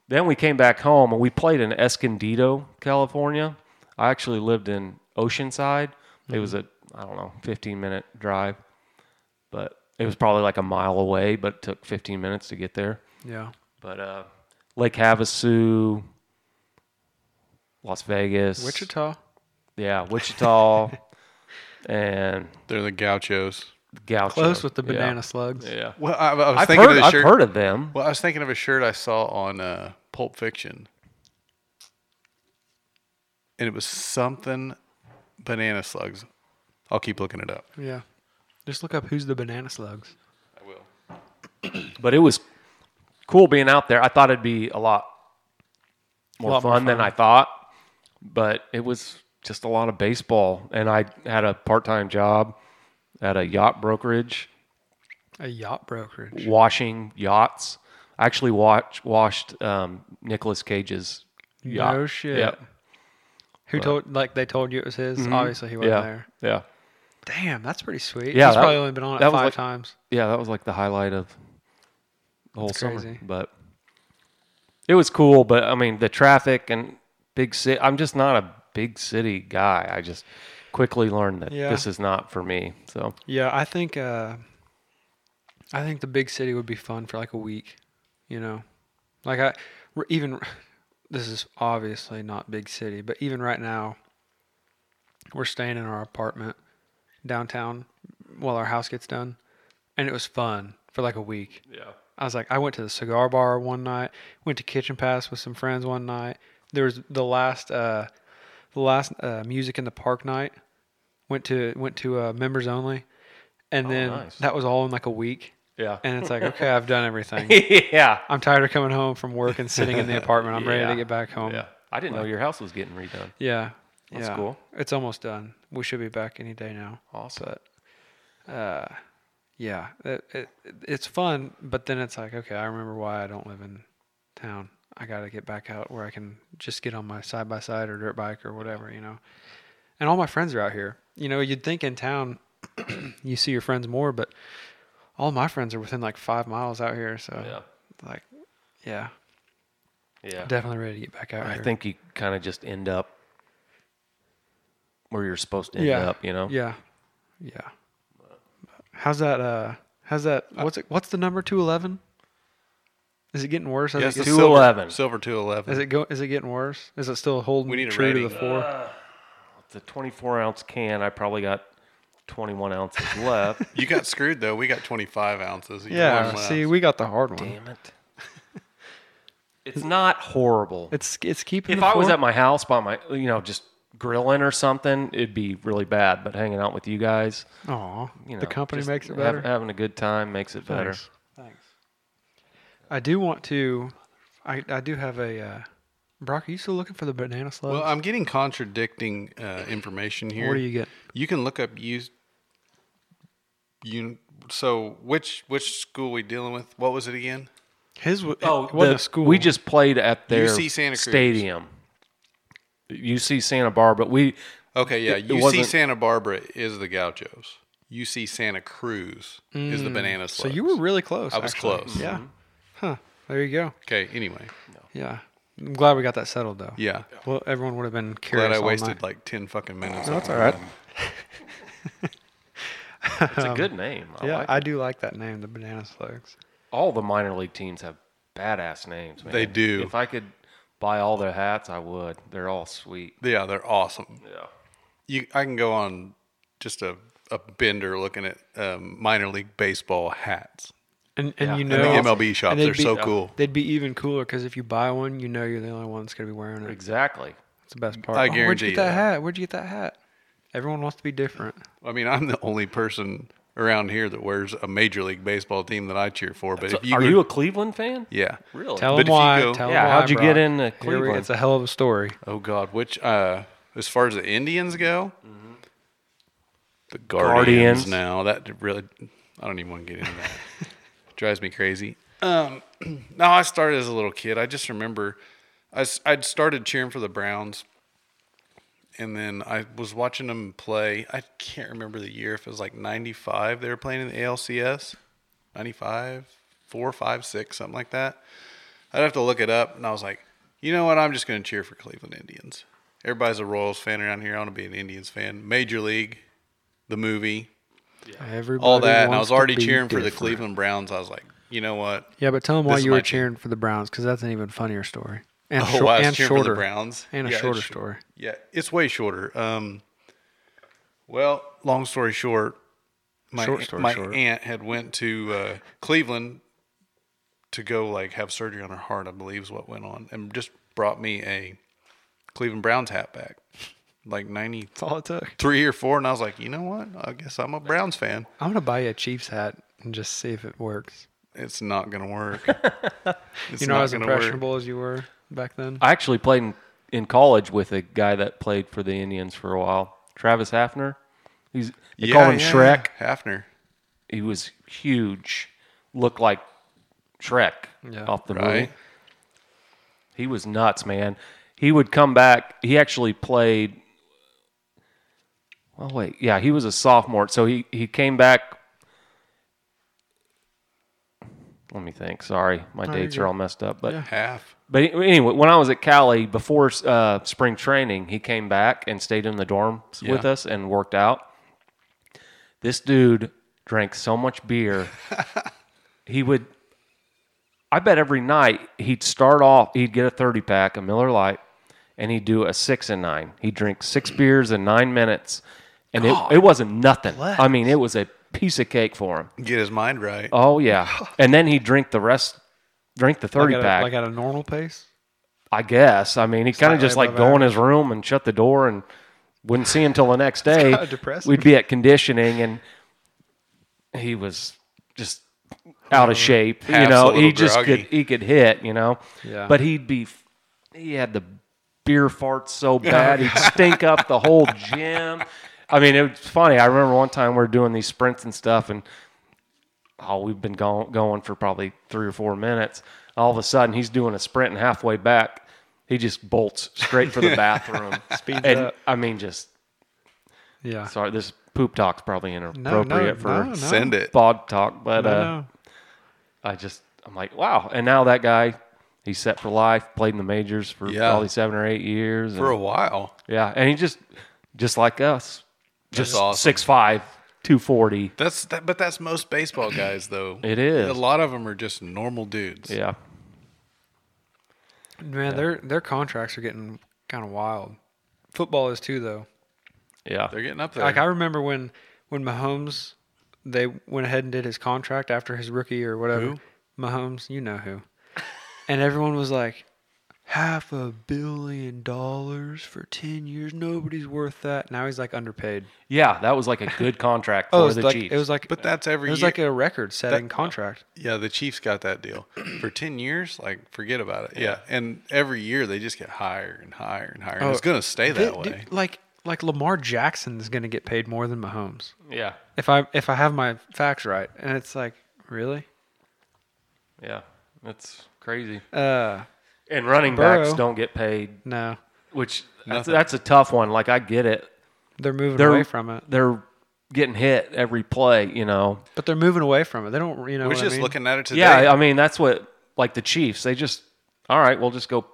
Then we came back home and we played in Escondido, California. I actually lived in Oceanside. It was a, I don't know, 15 minute drive, but it was probably like a mile away, but it took 15 minutes to get there.
Yeah.
But uh, Lake Havasu, Las Vegas,
Wichita.
yeah, Wichita, and
They're the gauchos.
Gaucho.
Close with the
Yeah.
banana slugs.
Yeah,
Well, I, I was
I've
thinking
heard,
of the
I've
shirt.
heard of them.
Well, I was thinking of a shirt I saw on uh, Pulp Fiction, and it was something banana slugs. I'll keep looking it up.
Yeah. Just look up who's the banana slugs.
I will.
but it was cool being out there. I thought it'd be a lot more,
Lot
fun,
more
than
fun.
I thought, but it was just a lot of baseball. And I had a part time job at a yacht brokerage,
A yacht brokerage.
washing yachts. I actually watch, washed um, Nicolas Cage's yacht.
No shit.
Yep.
Who told? Like they told you it was his. Obviously he wasn't
mm-hmm. Yeah.
there.
Yeah.
Damn, that's pretty sweet.
Yeah,
he's
that-
probably only been on it
that
five
was like-
times.
yeah, that was like the highlight of the whole
That's
summer.
crazy.
But it was cool. But I mean, the traffic and big city. I'm just not a big city guy. I just quickly learned that
Yeah.
this is not for me. So
Yeah, I think uh, I think the big city would be fun for like a week. You know, like I r- even this is obviously not big city, but even right now, we're staying in our apartment downtown while our house gets done, and it was fun for like a week.
yeah,
I was like, I went to the cigar bar one night, went to Kitchen Pass with some friends one night. There was the last, uh, the last uh, music in the park night. Went to went to uh, members only, and then
Oh, nice.
that was all in like a week.
yeah,
And it's like, okay, I've done everything.
yeah,
I'm tired of coming home from work and sitting in the apartment. I'm ready
Yeah.
to get back home.
yeah. I didn't know your house was getting redone.
yeah,
That's
yeah.
cool.
It's almost done. We should be back any day now.
Awesome.
uh, yeah, it, it, it's fun, but then it's like, okay, I remember why I don't live in town. I got to get back out where I can just get on my side by side or dirt bike or whatever, you know. And all my friends are out here. You know, you'd think in town you see your friends more, but all my friends are within like five miles out here. So,
Yeah.
like, yeah,
Yeah,
definitely ready to get back out
I
here.
think you kind of just end up where you're supposed to end
yeah,
up. You know.
yeah, yeah. How's that? Uh, how's that? What's it? What's the number two eleven? Is it getting worse? as
Yes,
it gets-
the silver- 211.
Silver two eleven.
Is it go? Is it getting worse? Is it still holding
We need a Uh,
true to the
rating.
four?
The 24 ounce can. I probably got 21 ounces left.
You got screwed though. We got 25 ounces. You
yeah.
won last.
See, we got the hard one.
Damn it. it's not horrible.
It's it's keeping.
if
the
I was
four.
at my house by my, you know, just grilling or something, it'd be really bad. But hanging out with you guys,
Aw,
you know,
the company
just
makes it
hav-
better.
having a good time makes it better.
Thanks. Thanks. I do want to. I I do have a. Uh, Brock, are you still looking for the banana slugs?
Well, I'm getting contradicting uh, information here.
What do you get?
You can look up used. You so which which school we dealing with? What was it again?
His was
Oh,
it wasn't
the-
a school.
We just played at their
UC Santa Cruz.
stadium. UC Santa Barbara. We
Okay, yeah.
It- it
UC
wasn't-
Santa Barbara is the Gauchos. UC Santa Cruz is the Banana
So
Slugs.
you were really close.
I was
actually.
close.
Mm-hmm.
Yeah. Huh. There you go.
okay. Anyway,
Yeah. I'm glad we got that settled though.
yeah.
Well, everyone would have been curious.
Glad I
all
wasted Um,
night.
like ten fucking minutes.
No,
on
it's all right.
it's a good name. I
yeah,
like it.
I do like that name, the banana slugs.
all the minor league teams have badass names. Man.
They do.
If I could buy all their hats, I would. They're all sweet.
Yeah, they're awesome.
Yeah.
you I can go on just a, a bender looking at um, minor league baseball hats.
And and you know
And the MLB shops,
they'd
they're
be-
so cool.
They'd be even cooler because if you buy one, you know you're the only one that's gonna be wearing it.
Exactly.
It's the best part.
I
Oh, Where'd you
guarantee
get that
you.
hat? Where'd you get that hat? Everyone wants to be different.
I mean, I'm the only person around here that wears a major league baseball team that I cheer for. But
So
if you
are
were-
you a Cleveland fan?
yeah,
Really?
Tell
But if
them
you
why.
go-
tell 'em
Yeah,
why,
how'd you get
Brock.
into
Here we-
Cleveland?
It's a hell of a story.
oh god, which uh, as far as the Indians go, the Guardians,
Guardians.
now that really, I don't even want to get into that. Drives me crazy. Um, no, I started as a little kid. I just remember I s- I'd started cheering for the Browns and then I was watching them play. I can't remember the year if it was like '95. They were playing in the ALCS. 95, 4, 5, 6, something like that. I'd have to look it up. And I was like, you know what? I'm just going to cheer for Cleveland Indians. Everybody's a Royals fan around here. I want to be an Indians fan. Major League, the movie,
Everybody
all that. And I
wants
was
to
already
be
cheering for the
different.
Cleveland Browns. I was like, you know what?
Yeah, but tell them why
This is
you were
my team.
cheering for the Browns because that's an even funnier story and,
Oh,
shor-
I was
and
cheering
shorter
for the Browns.
and a
Yeah, it's
shorter
short.
story.
Yeah, it's way shorter. Um, well, long story short, my
Short story
my
short.
aunt had went to uh, Cleveland to go like have surgery on her heart, I believe is what went on, and just brought me a Cleveland Browns hat back, like ninety
That's all it took.
three or four, and I was like, you know what? I guess I'm a Browns fan.
I'm gonna buy you a Chiefs hat and just see if it works.
It's not gonna work. It's
you know,
not
as
gonna work.
impressionable as you were back then.
I actually played in, in college with a guy that played for the Indians for a while, Travis Hafner. He's they call him Shrek.
yeah. Hafner.
He was huge, looked like Shrek
Yeah.
off the
Right.
movie. He was nuts, man. He would come back. He actually played. Well, wait, yeah, he was a sophomore, so he he came back. Let me think. Sorry, my dates are all messed up, but
Half.
but anyway, when I was at Cali before uh, spring training, he came back and stayed in the dorm with
Yeah.
us and worked out. This dude drank so much beer. he would, I bet every night he'd start off, he'd get a 30 pack, a Miller Lite, and he'd do a six and nine. He'd drink
Mm.
six beers in nine minutes. And it, it wasn't nothing. I mean, it was a piece of cake for him.
Get his mind right.
Oh, yeah. And then he'd drink the rest, drink the 30
like, at
pack.
a, like at a normal pace.
I guess. I mean, he kind of
Slightly
just like
above
go in his room and shut the door and wouldn't see him till the next day.
kinda depressing.
We'd be at conditioning and he was just out of
Mm-hmm.
shape. you
Half's a
know,
little
he just
groggy.
could he could hit. You know,
Yeah.
but he'd be he had the beer farts so bad he'd stink up the whole gym. I mean, it was funny. I remember one time we were doing these sprints and stuff, and oh, we've been going going for probably three or four minutes. All of a sudden, he's doing a sprint, and halfway back, he just bolts straight for the bathroom.
Speeds
and
up.
I mean, just
Yeah.
sorry, this poop talk's probably
no,
inappropriate
no,
for
no.
Send it.
bod talk, but
No,
uh,
no.
I just I'm like, wow. And now that guy, he's set for life. Played in the majors for
Yeah.
probably seven or eight years.
For a
and-
while.
yeah, and he just just like us, just
awesome.
six five, two forty.
That's that, but that's most baseball guys though.
It is.
A lot of them are just normal dudes.
Yeah,
Man, their their contracts are getting kind of wild. Football is too, though.
yeah.
They're getting up there.
Like I remember when when Mahomes they went ahead and did his contract after his rookie or whatever. Mahomes, you know who. and everyone was like half a billion dollars for 10 years. Nobody's worth that. Now he's like underpaid.
Yeah, that was like a good contract for
Oh, it was
the
like
Chiefs.
it was like
but that's every
it was
year.
like a record setting contract.
yeah, the Chiefs got that deal for 10 years. Like forget about it. Yeah. And every year they just get higher and higher and higher. and
Oh,
it's going to stay that
Did-
way.
did- like like Lamar Jackson is going to get paid more than Mahomes.
yeah,
If I if I have my facts right. And it's like, really?
yeah. That's crazy.
Uh,
And running
Burrow.
backs don't get paid,
no.
which that's,
Nothing.
that's a tough one. Like I get it.
They're moving
They're
away from it.
They're getting hit every play, you know.
But they're moving away from it. They don't, you know.
We're
what I
just
mean?
looking at it today.
Yeah, I mean that's what like the Chiefs. They just all right. We'll just go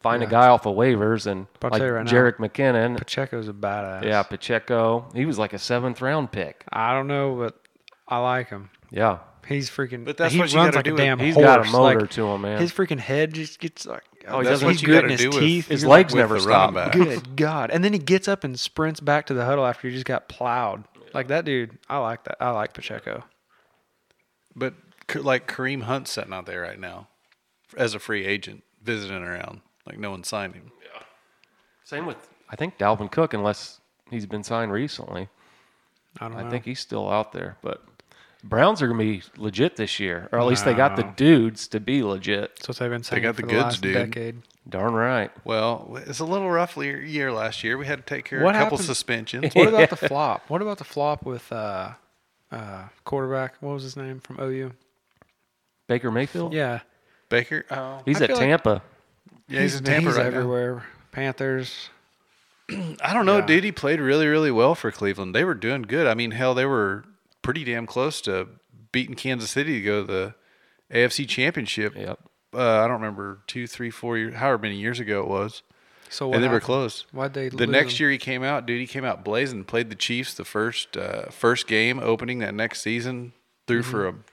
find a guy off of waivers and
But I'll
like
tell you right now,
Jarek McKinnon.
Pacheco's a badass.
yeah, Pacheco. He was like a seventh round pick.
I don't know, but I like him.
Yeah,
He's freaking.
But that's
he
what you
runs
gotta
like
do
a
with-
damn
he's
horse.
got a motor
like,
to him, man.
His freaking head just gets like. Oh, he's
he
that's what you
good
gotta
in his
do with-
teeth.
his
You're
legs
with
never
the
stop.
running back.
Good God! And then he gets up and sprints back to the huddle after he just got plowed. Like that dude. I like that. I like Pacheco.
But K- like Kareem Hunt's sitting out there right now as a free agent visiting around. Like no one signed him.
Same with I think Dalvin Cook, unless he's been signed recently.
I don't know.
I think he's still out there, but Browns are gonna be legit this year, or at least they got the dudes to be legit.
that's what they've been saying
got
for
the
the,
goods,
last
dude.
decade.
Darn right.
Well, it's a little rough le- year last year. We had to take care of
What
a couple
happened-
suspensions.
What about the flop? What about the flop with uh, uh, quarterback? What was his name from OU?
Baker Mayfield.
Yeah,
Baker. Oh,
he's
I
at
feel like-
Tampa.
yeah, he's, in Tampa
he's
right now.
everywhere. Panthers.
I don't know, dude. He played really, really well for Cleveland. They were doing good. I mean, hell, they were pretty damn close to beating Kansas City to go to the AFC Championship.
Yep.
Uh, I don't remember two, three, four years, however many years ago it was,
So
and
what
they were
happened?
close.
Why'd they?
The
lose
next
them?
year he came out, dude. He came out blazing. Played the Chiefs the first uh, first game opening that next season. Threw for
Mm-hmm.
a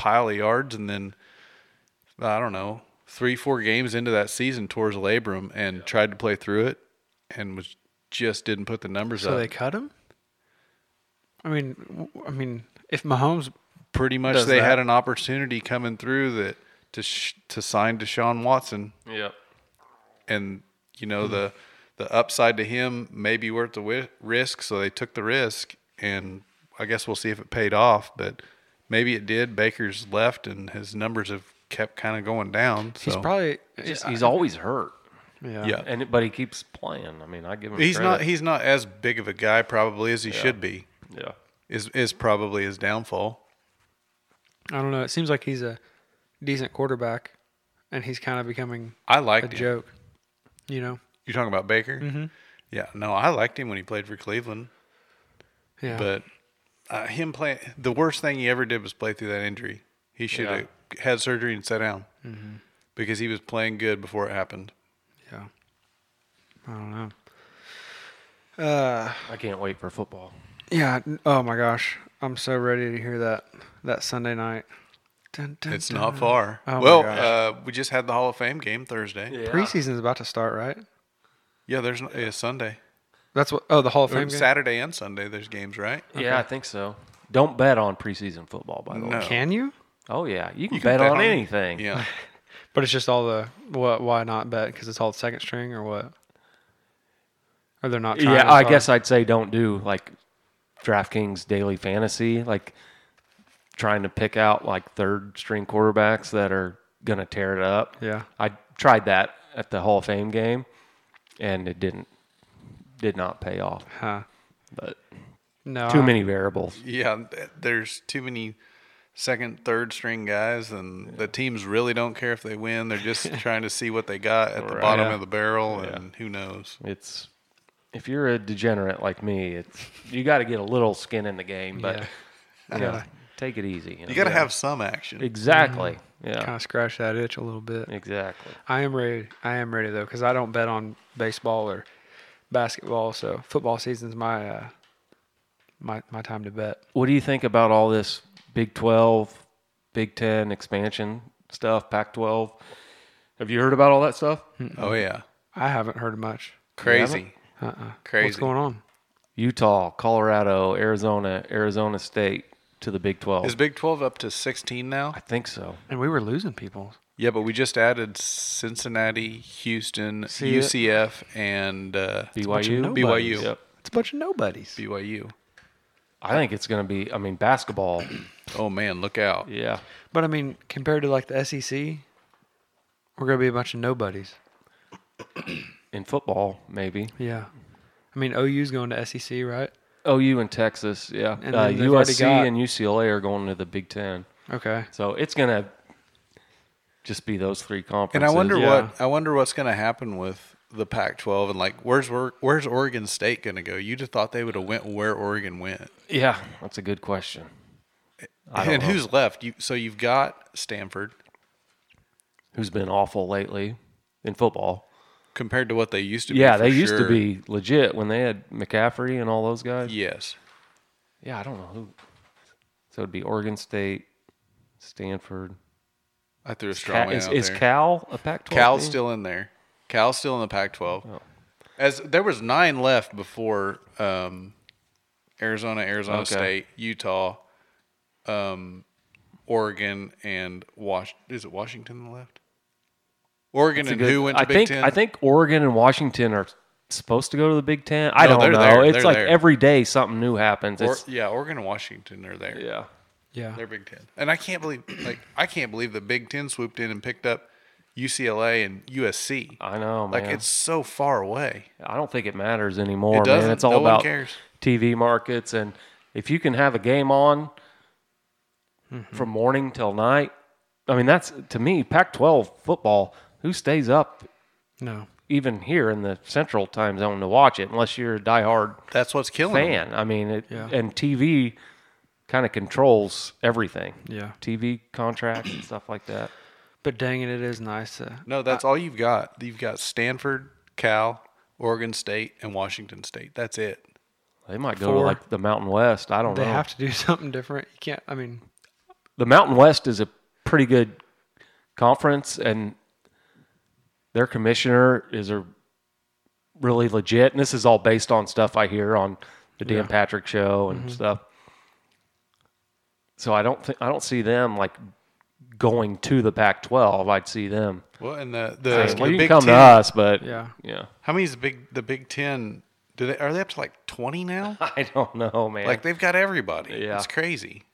pile of yards, and then I don't know three four games into that season tore his labrum and tried to play through it, and was just didn't put the numbers
So
up.
they cut him. I mean, w- I mean, if Mahomes,
Pretty much
does
they
that.
had an opportunity coming through that to sh- to sign Deshaun Watson,
Yep.
and you know
Mm-hmm.
the the upside to him may be worth the wi- risk so they took the risk and i guess we'll see if it paid off but maybe it did baker's left and his numbers have kept kind of going down so
he's probably
Just, he's always hurt,
yeah.
yeah
and but he keeps playing. I mean, I give him.
he's
credit.
not he's not as big of a guy probably as he should be
yeah.
is is probably his downfall
I don't know. It seems like he's a decent quarterback, and he's kind of becoming
i
a
liked him
joke. You know.
you're talking about baker mm-hmm. yeah no i liked him when he played for cleveland
Yeah.
But uh, him playing the worst thing he ever did was play through that injury. He should have had surgery and sat down because he was playing good before it happened.
yeah. I don't know. Uh,
I can't wait for football.
yeah. n- Oh my gosh, I'm so ready to hear that that Sunday night. Dun, dun,
It's
dun.
not far.
Oh my
well,
gosh.
uh, we just had the Hall of Fame game Thursday. Yeah,
Preseason's about to start, right?
there's no, it's Sunday,
That's what. Oh, the Hall of Fame
Or
game.
Saturday and Sunday. There's games, right?
Yeah, I think so. Don't bet on preseason football, by the
No.
way.
Can you?
Oh yeah, you can, bet, on, anything.
Yeah,
But it's just all the what? Why not bet? Because it's all second string or what? Or they're not. Trying
Yeah,
as
I
hard?
guess I'd say don't do like DraftKings daily fantasy, like trying to pick out like third string quarterbacks that are gonna tear it up.
Yeah.
I tried that at the Hall of Fame game, and it didn't did not pay off.
Huh.
But
No.
too
I-
many variables.
yeah. th- There's too many second, third string guys, and the teams really don't care if they win. They're just trying to see what they got at the
Right.
bottom
Yeah.
of the barrel, and who knows.
It's if you're a degenerate like me, it's you got to get a little skin in the game, but
Yeah.
you know,
Yeah.
take it easy. know?
You got to
Yeah.
have some action.
exactly. Yeah,
Kind of scratch that itch a little bit.
exactly.
I am ready. I am ready though, because I don't bet on baseball or basketball. So football season's my uh, my my time to bet.
What do you think about all this Big Twelve, Big Ten expansion stuff? Pac twelve. Have you heard about all that stuff?
Hmm.
Oh yeah.
I haven't heard much.
Crazy.
Uh-uh. What's
Crazy.
going on?
Utah, Colorado, Arizona, Arizona State to the Big Twelve.
Is Big 12 up to 16 now?
I think so.
And we were losing people.
Yeah, but we just added Cincinnati, Houston,
uh,
See it?
UCF, and uh,
bunch of
BYU.
nobodies.
BYU.
Yep.
It's a bunch of nobodies.
BYU.
I think it's going to be. I mean, basketball.
Oh man, look out!
Yeah.
But I mean, compared to like the SEC, we're gonna be a bunch of nobodies.
In football, maybe.
Yeah. I mean, OU's going to SEC, right?
OU and Texas, yeah.
And
uh,
then they've already
USC
got-
and UCLA are going to the Big Ten,
Okay.
so it's gonna just be those three conferences.
And I wonder
Yeah.
what I wonder what's going to happen with the Pac-12 and like where's where, where's Oregon State going to go? You'd have thought they would have went where Oregon went,
Yeah, that's a good question. I don't
and
know.
who's left? You so you've got Stanford
Who's been awful lately in football?
compared to what they used to. be.
Yeah,
for
they used
sure.
to be legit when they had McCaffrey and all those guys. Yeah,
Yes,
I don't know who. So it'd be Oregon State, Stanford.
I threw a strong
Ca-
one
is
out
is
there.
Cal a Pac-12?
Cal's
team?
still in there. Cal's still in the Pac-12.
Oh.
As there was nine left before um, Arizona, Arizona
Okay.
State, Utah, um, Oregon, and Wash. Is it Washington left? Oregon
It's a
and
good-
who went to
I
Big
think
Ten?
I think Oregon and Washington are supposed to go to the Big Ten. I
No,
don't
they're
know.
there.
It's
They're
like
there.
every day something new happens.
Or,
It's-
yeah, Oregon and Washington are there.
yeah,
Yeah.
They're Big Ten, and I can't believe like I can't believe the Big Ten swooped in and picked up UCLA and USC.
I know, man.
Like it's so far away.
I don't think it matters anymore,
It
man.
doesn't.
It's all
No one
about
cares.
TV markets, and if you can have a game on
Mm-hmm.
from morning till night, I mean, that's to me Pac-12 football. Who stays up
No.
even here in the Central Time Zone to watch it, unless you're a diehard
That's what's killing them.
fan. I mean, it,
Yeah.
and TV kind of controls everything.
Yeah.
TV contracts and stuff like that.
But dang it, it is nice. uh, To,
No, that's all you've got. You've got Stanford, Cal, Oregon State, and Washington State. That's it.
They might go to
Four.
like the Mountain West. I don't
they
know.
have to do something different. You can't. I mean,
the Mountain West is a pretty good conference, and their commissioner is a really legit. And this is all based on stuff I hear on the Dan Patrick show
Mm-hmm.
and stuff. So I don't think I don't see them like going to the Pac-12. I'd see them.
Well, and the the,
Saying,
the
well, you can
Big
come
Ten.
to us, but
Yeah.
yeah,
How many is the big the Big Ten? Do they are they up to like twenty now?
I don't know, man.
like they've got everybody.
Yeah.
it's crazy.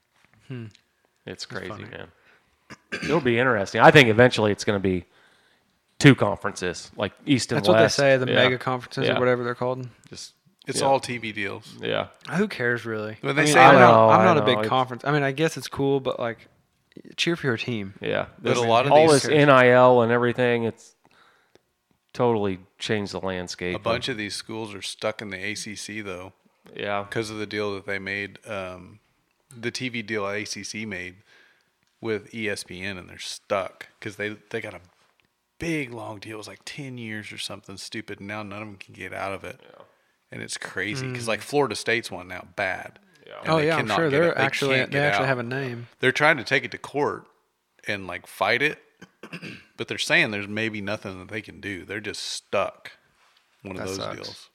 It's crazy, man. It'll be interesting. I think eventually it's going to be two conferences, like East and
that's what they
West.
say. The
Yeah.
mega conferences
Yeah.
or whatever they're called.
Just it's
Yeah.
all TV deals.
Yeah,
Who cares really?
When they
I mean,
say
I'm
that-
I know,
not, I'm
I
not
know,
a big
it's-
conference. I mean, I guess it's cool, but like, cheer for your team.
yeah.
But
This-
a lot of
all
these-
this NIL and everything, it's totally changed the landscape.
A bunch of these schools are stuck in the ACC though
yeah,
because of the deal that they made, um, the TV deal ACC made with E ESPN, and they're stuck because they they got a big long deal. It was like ten years or something stupid, and now none of them can get out of it. And it's crazy because like Florida State's one now bad. and
Hmm. oh
they
yeah, I'm
cannot
sure
get
they're
out- they
actually
can't
they
get
actually
out.
have a name.
they're trying to take it to court and like fight it, but they're saying there's maybe nothing that they can do. They're just stuck. One of those
sucks.
deals.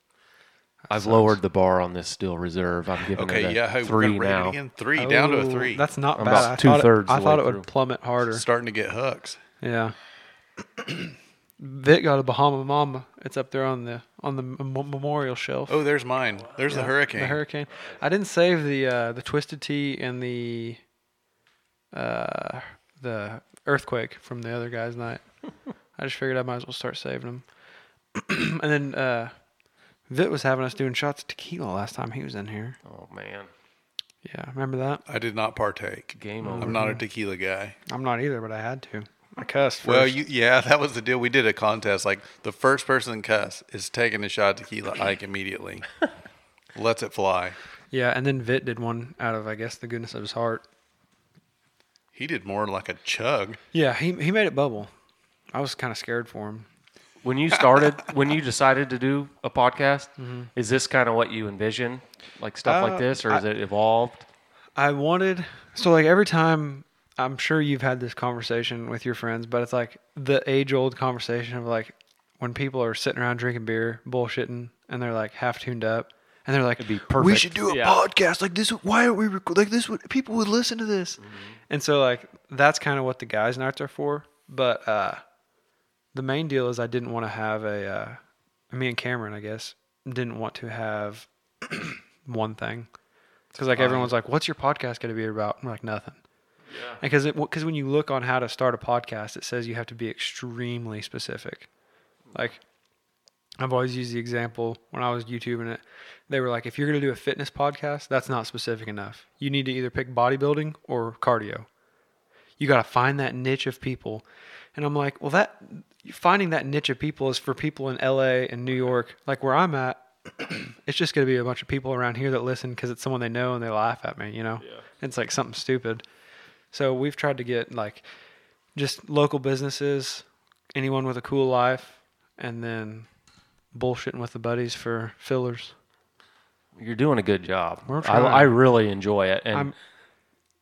I've lowered the bar on this steel reserve. I'm giving it
Okay,
a
yeah, hey, we're
three
gonna rate it
now.
again. Three down to a
Oh,
three.
That's not
I'm
bad.
about
I thought it-
two-thirds
I
the
thought
way
it
through.
would plummet harder.
starting to get hooks.
Yeah. Vic got a Bahama Mama. It's up there on the on the mem- memorial shelf.
Oh, there's mine. There's the hurricane.
The hurricane. I didn't save the uh, the twisted tea and the uh, the earthquake from the other guy's night. I just figured I might as well start saving them. and then uh, Vit was having us doing shots of tequila last time he was in here.
Oh man,
Yeah, remember that?
I did not partake.
game over.
I'm not a tequila guy.
I'm not either, but I had to. I cussed. First.
Well, you yeah, that was the deal. We did a contest. Like the first person to cuss is taking a shot of tequila Ike immediately. Lets it fly.
yeah, and then Vit did one out of I guess the goodness of his heart.
He did more like a chug.
Yeah, he he made it bubble. I was kind of scared for him.
When you started, when you decided to do a podcast, is this kind of what you envision, like stuff
Mm-hmm. Uh,
like this, or is it evolved?
I wanted so like every time I'm sure you've had this conversation with your friends, but it's like the age old conversation of like when people are sitting around drinking beer, bullshitting, and they're like half tuned up, and they're like,
be perfect.
"We should do a
Yeah.
podcast like this. Why aren't we record like this? Would people would listen to this?" And so like that's kind of what the guys' nights are for. But uh, the main deal is I didn't want to have a uh, me and Cameron, I guess, didn't want to have one thing because like everyone's like, "What's your podcast going to be about?" I'm like, "Nothing." Because because when you look on how to start a podcast, it says you have to be extremely specific. Like, I've always used the example when I was YouTubing it. They were like, if you're going to do a fitness podcast, that's not specific enough. You need to either pick bodybuilding or cardio. You got to find that niche of people. And I'm like, well, that finding that niche of people is for people in LA and New York, like where I'm at. it's just going to be a bunch of people around here that listen because it's someone they know and they laugh at me, you know? It's like something stupid. So we've tried to get like just local businesses, anyone with a cool life, and then bullshitting with the buddies for fillers.
You're doing a good job.
We're
I,
trying.
I really enjoy it, and
I'm-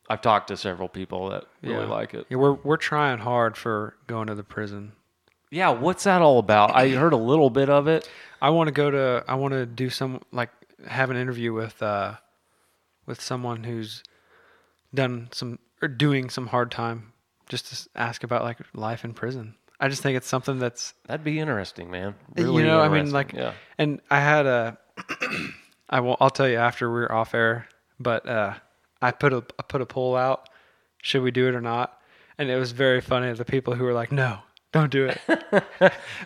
i have talked to several people that really like it.
Yeah, we're we're trying hard for going to the prison.
Yeah, what's that all about? I heard a little bit of it.
I want to go to. I want to do some like have an interview with uh, with someone who's done some or doing some hard time, just to s- ask about like life in prison. I just think it's something that's
That'd be interesting, man. Really
you know, I mean,
interesting.
like,
yeah,
and I had a, I will, I'll tell you after we're off air, but uh, I put a, I put a poll out, should we do it or not? And it was very funny. The people who were like, no, don't do it.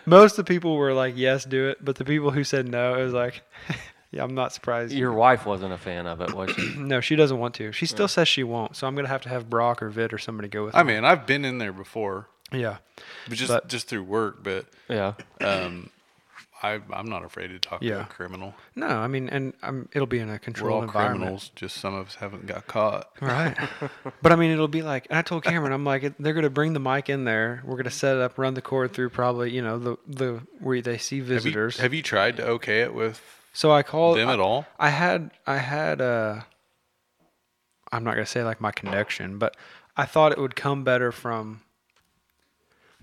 Most of the people were like, yes, do it. But the people who said no, it was like, yeah, I'm not surprised.
your wife wasn't a fan of it, was she?
no, she doesn't want to. She still says she won't. So I'm gonna have to have Brock or Vid or somebody go with.
I mean, I've been in there before,
her. yeah,
but just
But-
just through work. But
yeah,
um, I I'm not afraid to talk to
Yeah.
a criminal.
No, I mean, and um, it'll be in
We're
a
all
controlled environment,
criminals. Just some of us haven't got caught.
right? but I mean, it'll be like, and I told Cameron, I'm like, they're gonna bring the mic in there. We're gonna set it up, run the cord through, probably, you know, the the where they see
Have you,
visitors.
have you tried to okay it with
so I called
them
I-
at all?
I had I had uh I'm not gonna say like my connection, but I thought it would come better from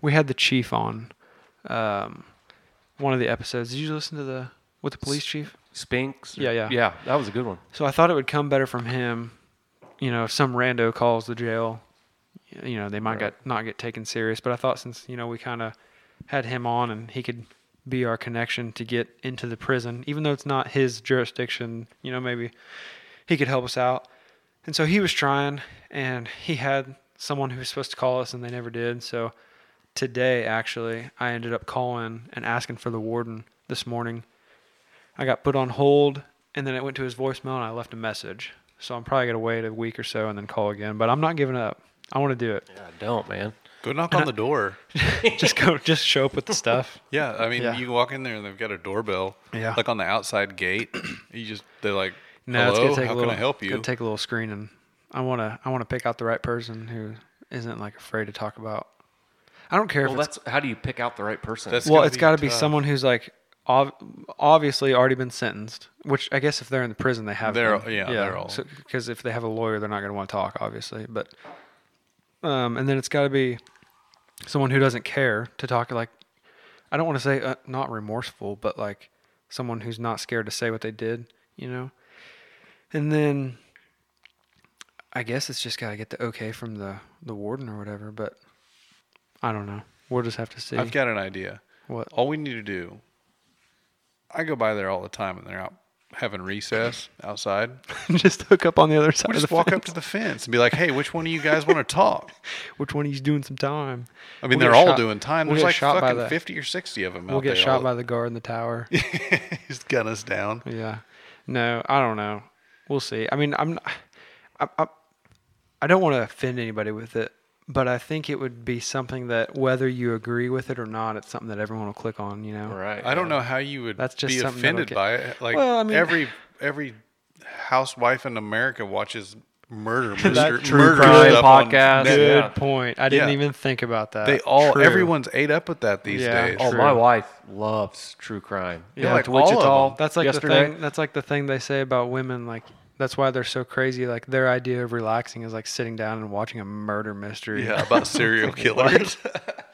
we had the chief on um one of the episodes. Did you listen to the with the police chief?
Spinks.
Yeah, yeah.
yeah. That was a good one.
So I thought it would come better from him. You know, if some rando calls the jail, you know, they might get not get taken serious. But I thought since you know we kind of had him on and he could be our connection to get into the prison, even though it's not his jurisdiction. You know, maybe he could help us out. And so he was trying, and he had someone who was supposed to call us, and they never did. So today, actually, I ended up calling and asking for the warden this morning. I got put on hold, and then it went to his voicemail, and I left a message. So I'm probably gonna wait a week or so and then call again. But I'm not giving up. I want to do it.
I don't, man.
Go knock on the door.
just go, just show up with the stuff.
Yeah, I mean,
Yeah.
you walk in there and they've got a doorbell.
Yeah.
like on the outside gate. You just they're like,
No, it's
"Hello,
gonna take
how
a little.
can I help you?"
Gonna take a little screening. I wanna, I wanna pick out the right person who isn't like afraid to talk about. I don't care
Well,
if it's
that's how do you pick out the right person?
That's-
well,
gotta
it's
be
got to be
tough.
someone who's like ob- obviously already been sentenced. Which I guess if they're in the prison, they have.
They're-
been.
yeah, they're all-
Because if they have a lawyer, they're not going to want to talk, obviously. But um, and then it's got to be someone who doesn't care to talk. Like I don't want to say uh, not remorseful, but like someone who's not scared to say what they did. You know, and then. I guess it's just gotta get the okay from the, the warden or whatever, but I don't know. We'll just have to see.
I've got an idea.
What?
All we need to do. I go by there all the time, and they're out having recess outside.
just hook up on the other side
We
of
just
the
walk
fence.
up to the fence and be like, "Hey, which one of you guys want to talk?"
Which one of you's doing some time?
I mean,
We'll
they're
get
all
shot-
doing time.
we'll
There's
get
like
shot by
fucking
the-
fifty or sixty of them.
We'll
out
get
there
shot
all-
by the guard in the tower.
He's gun us down.
yeah. No, I don't know. We'll see. I mean, I'm. not- I, I, I don't want to offend anybody with it, but I think it would be something that whether you agree with it or not, it's something that everyone will click on. You know.
right.
I don't know how you would
uh, That's just
be
something that'll
offended
get-
by it. Like
Well, I mean-
every every housewife in America watches murder,
That
murder,
true
murder
crime
stuff on
podcast.
Netflix.
Good
Yeah.
point. I didn't
Yeah.
even think about that.
They all
True.
everyone's ate up with that these
Yeah.
days.
Oh,
Oh,
True.
my wife loves true crime.
Yeah,
Went
like
to
all of
Wichita.
them.
That's like
yesterday.
the thing. That's like the thing they say about women. Like that's why they're so crazy. Like their idea of relaxing is like sitting down and watching a murder mystery.
Yeah, about serial killers.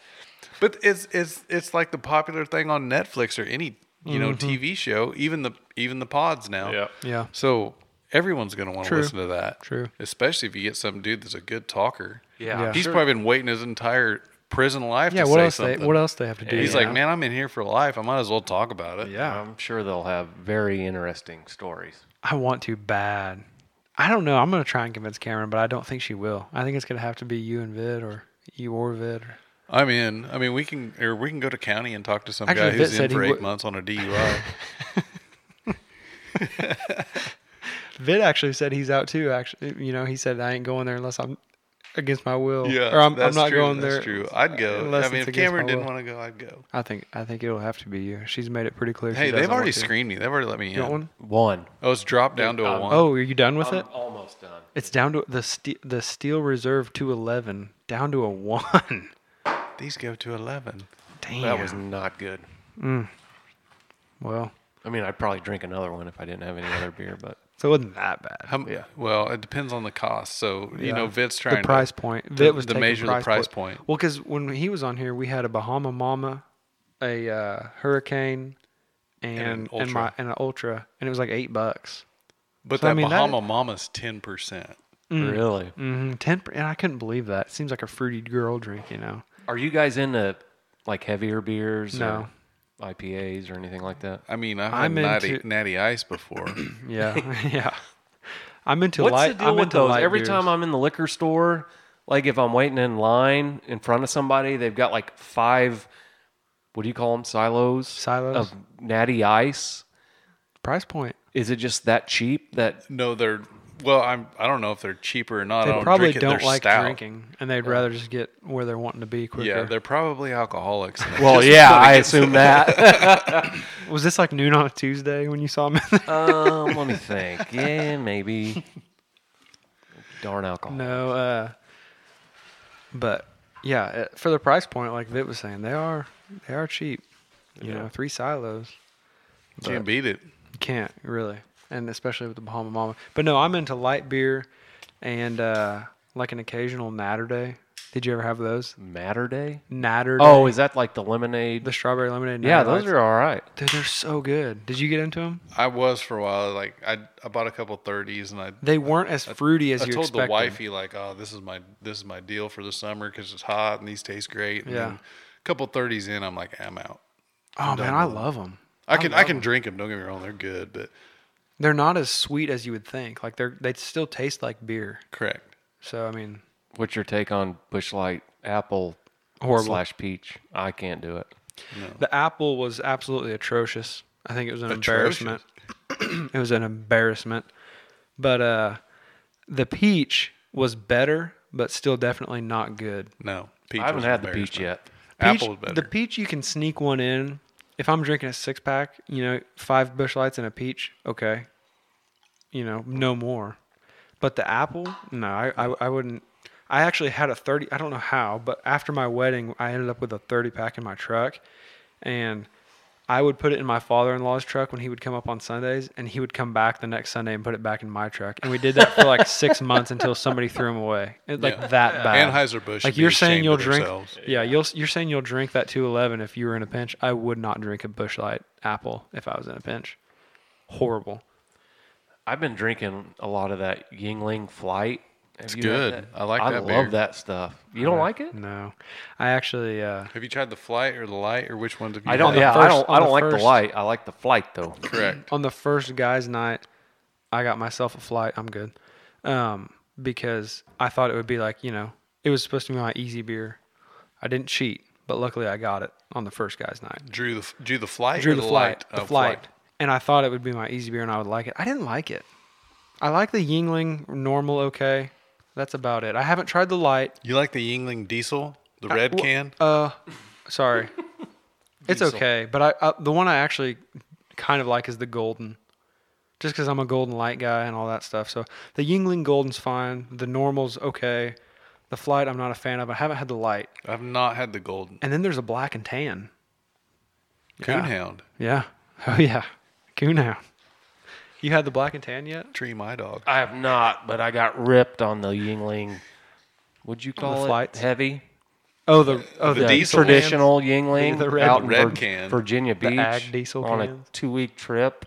but it's it's it's like the popular thing on Netflix or any you know TV show, even the even the pods now.
Yeah.
Mm-hmm. Yeah.
So everyone's gonna want to
True.
listen to that.
True.
Especially if you get some dude that's a good talker.
Yeah.
Yeah.
He's probably been waiting his entire prison life
Yeah,
to
what
say
else
something.
they what else they have to do?
He's
you
like,
know?
man, I'm in here for life. I might as well talk about it.
yeah,
I'm sure they'll have very interesting stories.
I want to bad. I don't know. I'm gonna try and convince Cameron, but I don't think she will. I think it's gonna have to be you and Vid or you or Vid. Or,
I'm in. I mean, we can or we can go to county and talk to some
Actually,
guy
Vitt
who's in
said
for
he
eight
would-
months on a DUI.
Vid actually said he's out too. Actually, you know, he said I ain't going there unless I'm against my will.
yeah,
or I'm, I'm
that's
not
true,
going
that's
there.
True. I'd go.
unless
I mean, if
it's against
Cameron
my
didn't
will.
want to go, I'd go.
I think I think it'll have to be you. She's made it pretty clear. she
Hey,
doesn't
they've already
want to.
screened me. They've already let me
You
in.
want one?
One.
Oh, it's dropped down to a
Um,
one.
Oh, are you done with
I'm
it?
almost done.
It's down to the ste- the steel reserve two eleven down to a one.
these go to eleven.
Damn.
That was not good.
well,
I mean, I'd probably drink another one if I didn't have any other beer, but
so it wasn't that bad.
How, m-
Yeah.
Well, it depends on the cost. So you
Yeah.
know, Vit's trying
the price
to,
point.
to-
That was
to
taking
measure the price point.
Well, because when he was on here, we had a Bahama Mama, a uh, Hurricane, and
And an
and my
Ultra.
and an Ultra, and it was like eight bucks.
But
So,
that
I mean, that-
Bahama Mama's ten percent.
really.
Mm-hmm. Ten, per- and I couldn't believe that. It seems like a fruity girl drink, you know.
Are you guys into like heavier beers?
No.
Or IPAs or anything like that?
I mean, I've
I'm
had natty,
into-
natty ice before.
Yeah, yeah. I'm into
What's
light.
the deal
I'm
with
into
those?
light
Every
beers.
time I'm in the liquor store, like if I'm waiting in line in front of somebody, they've got like five. What do you call them? Silos.
Silos?
of natty ice.
price point.
Is it just that cheap? That
no, they're well. I'm. I don't know if they're cheaper or not. I
They
don't
probably
drink it.
don't
They're
like
stout.
drinking, and they'd rather just get where they're wanting to be quicker.
Yeah, they're probably alcoholics.
well, yeah, I assume that.
Was this like noon on a Tuesday when you saw me?
Um, let me think. Yeah, maybe. Darn alcohol.
no, uh, but yeah, uh, for the price point, like Vit was saying, they are they are cheap. You know, three silos.
Can't beat it.
You can't really, and especially with the Bahama Mama. But no, I'm into light beer, and uh, like an occasional Natter Day. Did you ever have those
Matter Day.
Natter?
Oh,
Day?
is that like the lemonade?
the strawberry lemonade?
yeah,
Natter
those
Lights?
are all right.
Dude, they're so good. Did you get into them?
I was for a while. Like I, I bought a couple thirties, and I,
They weren't as fruity as
I
you
told
expected.
the wifey like, oh, this is my this is my deal for the summer because it's hot and these taste great. And
Yeah.
then a couple thirties in, I'm like, I'm out.
oh man, I love them.
I can I, can drink them. Don't get me wrong, they're good, but
They're not as sweet as you would think. Like they're they still taste like beer.
correct.
So I mean,
What's your take on Bushlight apple
Horrible.
slash peach? I can't do it.
the apple was absolutely atrocious. I think it was an embarrassment. it was an embarrassment. But uh the peach was better, but still definitely not good.
No, peach
I haven't
was
had the
embarrassing.
peach yet.
Peach,
Apple was better.
The peach you can sneak one in. If I'm drinking a six pack, you know, five bush lights and a peach, okay. You know, no more. But the apple, no, I, I, I wouldn't. I actually had a 30, I don't know how, but after my wedding, I ended up with a 30 pack in my truck. And I would put it in my father in law's truck when he would come up on Sundays. And he would come back the next Sunday and put it back in my truck. And we did that for like six months until somebody threw them away. It, like
Yeah.
that bad.
Anheuser-Busch should
Like
be
you're saying
ashamed
you'll
of
drink.
themselves.
Yeah, you'll you're saying you'll drink that 211 if you were in a pinch. I would not drink a Bush Light apple if I was in a pinch. Horrible.
I've been drinking a lot of that Yingling Flight. It's
good. I like
I
that
love
beer.
that stuff. You don't like it?
No, I actually uh,
Have you tried the flight or the light or which one have you?
I don't.
had?
Yeah, I
first-
don't. I
on the
don't like the
first-
light. I like the flight though.
Correct.
on the first guys' night, I got myself a flight. I'm good. Um, because I thought it would be like, you know, it was supposed to be my easy beer. I didn't cheat, but luckily I got it on the first guys' night.
Drew the drew the flight.
Drew
or
the flight,
light?
the
Oh,
flight. And I thought it would be my easy beer and I would like it. I didn't like it. I like the Yingling normal okay. That's about it. I haven't tried the light.
You like the Yingling Diesel, the red
well,
can?
Uh, sorry. it's
Diesel.
okay, but I uh, the one I actually kind of like is the golden, just because I'm a golden light guy and all that stuff. So the Yingling golden's fine. The normal's okay. The flight I'm not a fan of. I haven't had the light.
I've not had the golden
And then there's a black and tan.
coonhound.
Yeah. Oh yeah. Coonhound. You had the black and tan yet?
Tree my dog.
I have not, but I got ripped on the Yingling. Would you call it
flights?
heavy?
Oh the oh
The diesel
Traditional Yingling
The red-
out in
Red
Vir-
can.
Virginia
The
Beach
ag diesel
on
cans.
a two-week trip.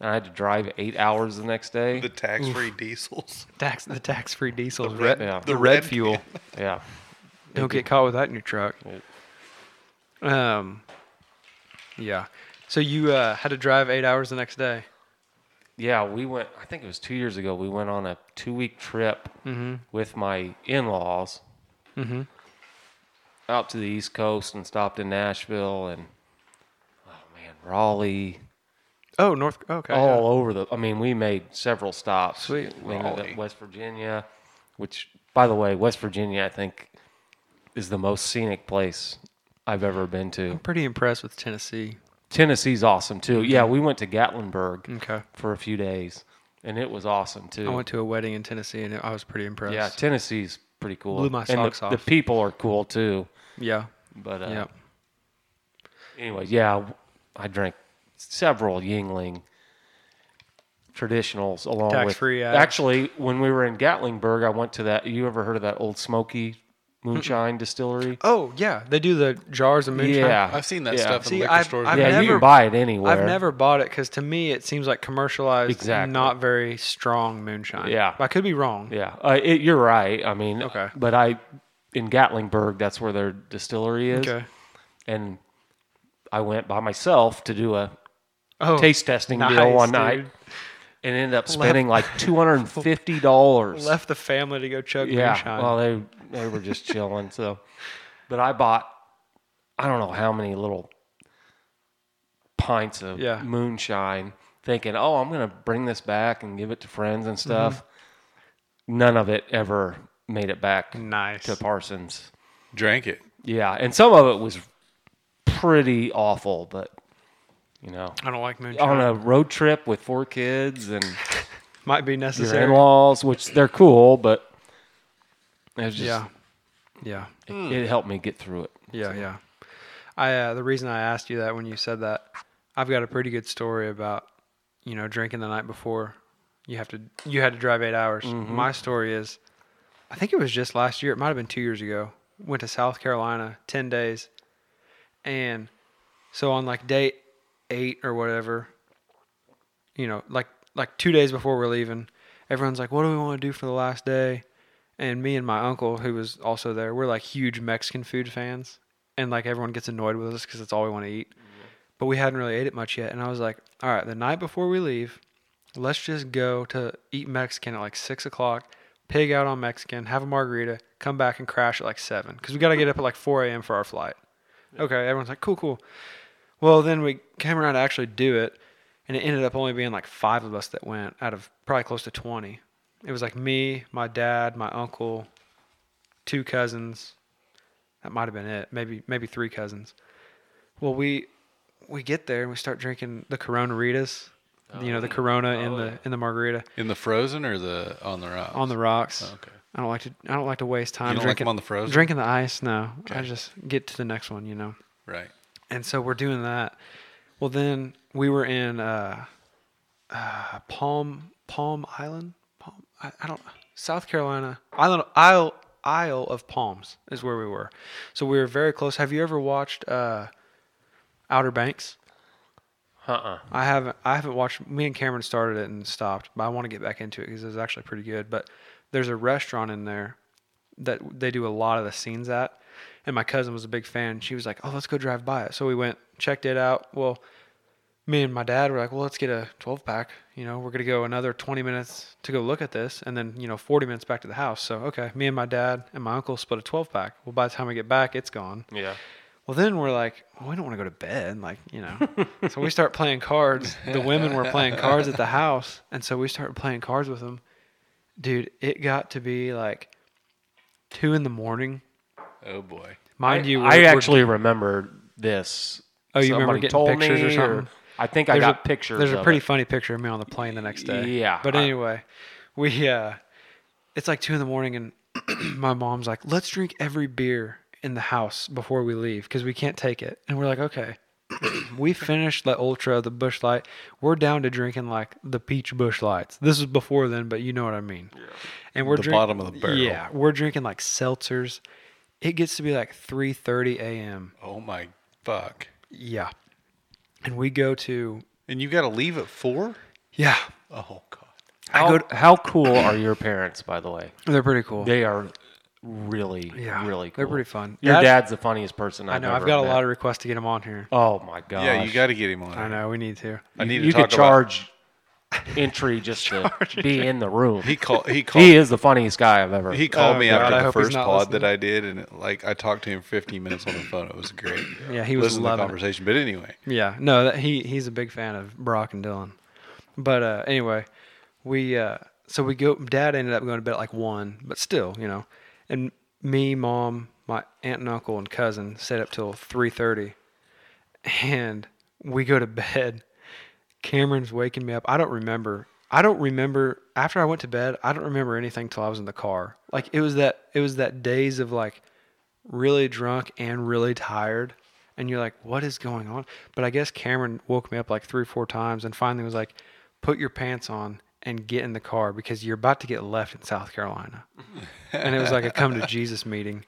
And I had to drive eight hours the next day.
The tax free diesels.
tax the tax free diesel is
red-
red
yeah,
the, red,
red
fuel.
yeah.
Don't get caught with that in your truck. Um, yeah. So you uh, had to drive eight hours the next day.
yeah, we went. I think it was two years ago. We went on a two-week trip
Mm-hmm.
with my in-laws out to the East Coast and stopped in Nashville and oh man, Raleigh,
Oh, North. Okay.
all
yeah.
over the. I mean, we made several stops.
Sweet.
we ended
Raleigh.
up West Virginia, which, by the way, West Virginia, I think, is the most scenic place I've ever been to.
Pretty impressed with Tennessee.
Tennessee's awesome too. Yeah, we went to Gatlinburg
Mm-hmm. Okay.
for a few days, and it was awesome too.
I went to a wedding in Tennessee and I was pretty impressed.
Yeah, Tennessee's pretty cool.
Blew my
and the,
socks
The
off.
people are cool too.
Yeah.
But uh,
yeah.
anyway, yeah, I drank several Yingling traditionals along with
Tax-free ad.
actually when we were in Gatlinburg, I went to that. You ever heard of that old Smoky Moonshine Distillery?
Oh yeah, they do the jars of moonshine.
Yeah,
I've seen that
yeah.
stuff in
See,
liquor
I've-
stores.
I've
yeah, you
never-
can buy it anywhere.
I've never bought it because to me it seems like commercialized,
Exactly.
not very strong moonshine.
Yeah.
I could be wrong.
Yeah, uh, it, you're right. I mean,
Okay.
But I in Gatlinburg, that's where their distillery is.
Okay.
and I went by myself to do a
Oh,
taste testing deal
nice,
one
dude.
night and ended up spending like two hundred and fifty dollars.
Left the family to go chug
yeah.
moonshine.
Well, they they were just chilling. So, but I bought I don't know how many little pints of
Yeah.
moonshine, thinking, oh, I'm gonna bring this back and give it to friends
Mm-hmm.
and stuff. None of it ever made it back
nice.
to Parsons.
Drank it.
Yeah, and some of it was pretty awful, but you know,
I don't like moonshine.
on a road trip with four kids and
Might be
your
necessary.
in-laws, which they're cool, but it was just,
Yeah, yeah,
it,
Hmm.
it helped me get through it.
yeah, yeah. I uh, the reason I asked you that when you said that, I've got a pretty good story about you know drinking the night before. You have to you had to drive eight hours. My story is, I think it was just last year. It might have been two years ago. Went to South Carolina ten days, and so on like day eight or whatever, you know, like like two days before we're leaving, everyone's like, "What do we want to do for the last day?" And me and my uncle, who was also there, we're like huge Mexican food fans, and like everyone gets annoyed with us because it's all we want to eat. But we hadn't really ate it much yet, and I was like, "All right, the night before we leave, let's just go to eat Mexican at like six o'clock." Pig out on Mexican, have a margarita, come back and crash at like seven because we got to get up at like 4 a.m. for our flight. Okay, everyone's like, cool, cool. Well, then we came around to actually do it, and it ended up only being like five of us that went out of probably close to 20. It was like me, my dad, my uncle, two cousins. That might have been it. Maybe maybe three cousins. Well, we we get there and we start drinking the Corona Ritas,
Oh,
you know, the Corona in the in the margarita
In the frozen or the on the rock?
on the rocks.
Oh, okay.
I don't like to I don't like to waste time
don't like them
drinking
on the frozen?
Drinking the ice, no. I
Okay.
just get to the next one, you know.
right.
And so we're doing that. Well, then we were in uh, uh, Palm Palm Island. Palm, I, I don't South Carolina Island Isle Isle of Palms is where we were. So we were very close. Have you ever watched uh, Outer Banks?
Uh-uh.
I haven't. I haven't watched. Me and Cameron started it and stopped, but I want to get back into it because it's actually pretty good. But there's a restaurant in there that they do a lot of the scenes at, and my cousin was a big fan. She was like, "Oh, let's go drive by it." So we went, checked it out. Well, me and my dad were like, "Well, let's get a 12 pack. You know, we're gonna go another 20 minutes to go look at this, and then you know, 40 minutes back to the house." So okay, me and my dad and my uncle split a 12 pack. Well, by the time we get back, it's gone.
Yeah.
Well, then we're like, well, we don't want to go to bed, like you know. so we start playing cards. The women were playing cards at the house, and so we started playing cards with them. Dude, it got to be like two in the morning,
Oh boy.
mind
I,
you.
I
we're- we're-
actually remember this.
Oh, you remember
Somebody
getting
told
pictures or
me,
something?
I think I
there's
got
a,
pictures.
There's a
of
pretty
it.
funny picture of me on the plane the next day.
Yeah,
But
I-
anyway, we uh, it's like two in the morning, and my mom's like, "Let's drink every beer in the house before we leave because we can't take it." And we're like, "Okay." we finished the ultra, the bush light. We're down to drinking like the peach bush lights. This was before then, but you know what I mean. Yeah. And we're
The
drink-
bottom of the barrel.
Yeah, we're drinking like seltzers. It gets to be like 3:30 a.m.
Oh my fuck.
Yeah. And we go to
And you got to leave at four?
yeah,
Oh god.
How,
I go to,
how cool are your parents, by the way?
They're pretty cool.
They are really,
yeah,
really cool.
They're pretty fun.
Your
That's-
dad's the funniest person I've
I know. I've
ever
got a
met.
lot of requests to get him on here.
Oh my gosh.
Yeah, you got to get him on.
I know we need to.
I need to
you
talk
could
about-
charge entry just to be in the room.
He
He,
called. He called.
is the funniest guy I've ever.
He called
Oh,
me
God,
after
I
the
hope he's
first
not
pod that I did, and it, like I talked to him 15 minutes on the phone. It was great.
Yeah, he was
Listen to the
loving it.
conversation. But anyway,
Yeah, no, that, he he's a big fan of Brock and Dylan. But uh, anyway, we uh, so we go. Dad ended up going to bed at like one, but still, you know, and me, mom, my aunt and uncle and cousin stayed up till three thirty, and we go to bed. Cameron's waking me up. I don't remember. I don't remember after I went to bed. I don't remember anything till I was in the car. Like it was that it was that days of like really drunk and really tired and you're like what is going on but i guess cameron woke me up like three or four times and finally was like put your pants on and get in the car because you're about to get left in south carolina and it was like a come to jesus meeting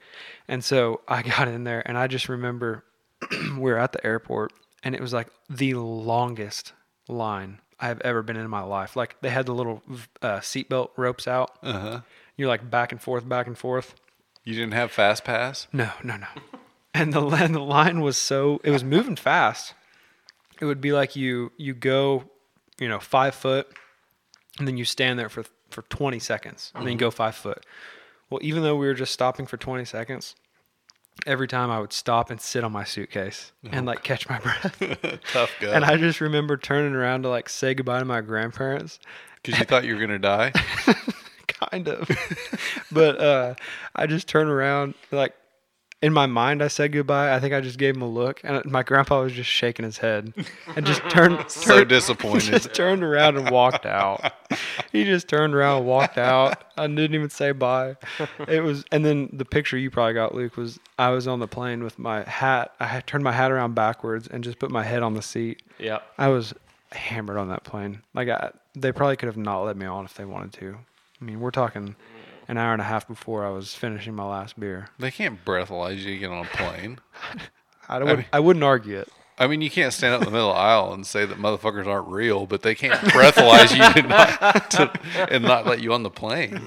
and so i got in there and i just remember we were at the airport and it was like the longest line i have ever been in my life like they had the little uh, seatbelt ropes out uh-huh. you're like back and forth back and forth
you didn't have fast pass.
no, no, no. And the and the line was so it was moving fast. It would be like you you go, you know, five foot, and then you stand there for for twenty seconds, and then you go five foot. Well, even though we were just stopping for twenty seconds, every time I would stop and sit on my suitcase and like catch my breath.
Tough
And
guy.
I just remember turning around to like say goodbye to my grandparents,
Because you thought you were gonna die.
kind of. but uh, I just turn around, like in my mind, I said goodbye. I think I just gave him a look, and my grandpa was just shaking his head and just turned.
So
turned-
disappointed.
Just turned around and walked out. he just turned around and walked out. I didn't even say bye. It was, and then the picture you probably got, Luke, was I was on the plane with my hat. I had turned my hat around backwards and just put my head on the seat.
Yeah.
I was hammered on that plane. Like I, they probably could have not let me on if they wanted to. I mean, we're talking an hour and a half before I was finishing my last beer.
They can't breathalyze you to get on a plane.
I, would, I wouldn't argue it.
I mean, you can't stand up in the middle of the aisle and say that motherfuckers aren't real, but they can't breathalyze you to not, to, and not let you on the plane.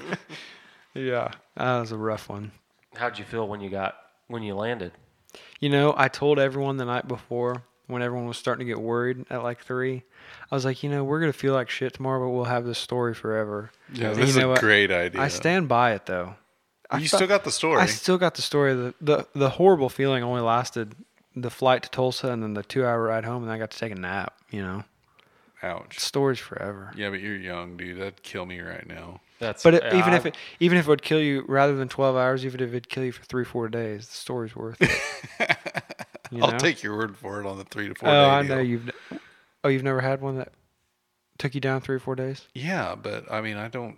Yeah, that was a rough one.
How'd you feel when you got when you landed?
You know, I told everyone the night before when everyone was starting to get worried at like three, I was like, you know, we're gonna feel like shit tomorrow, but we'll have this story forever.
Yeah,
And
this is
you
a
what?
great idea.
I stand by it though. I
you
fe-
still got the story.
I still got the story. The, the The horrible feeling only lasted the flight to Tulsa and then the two hour ride home, and I got to take a nap. You know,
Ouch.
stories forever.
Yeah, but you're young, dude. That'd kill me right now.
That's
But it, even
I-
if it even if it would kill you rather than twelve hours, even if it would kill you for three four days, the story's worth it. You
I'll
know?
take your word for it on the three to four
Oh,
day
I
deal.
know you've. n- Oh, you've never had one that took you down three or four days.
Yeah, but I mean, I don't.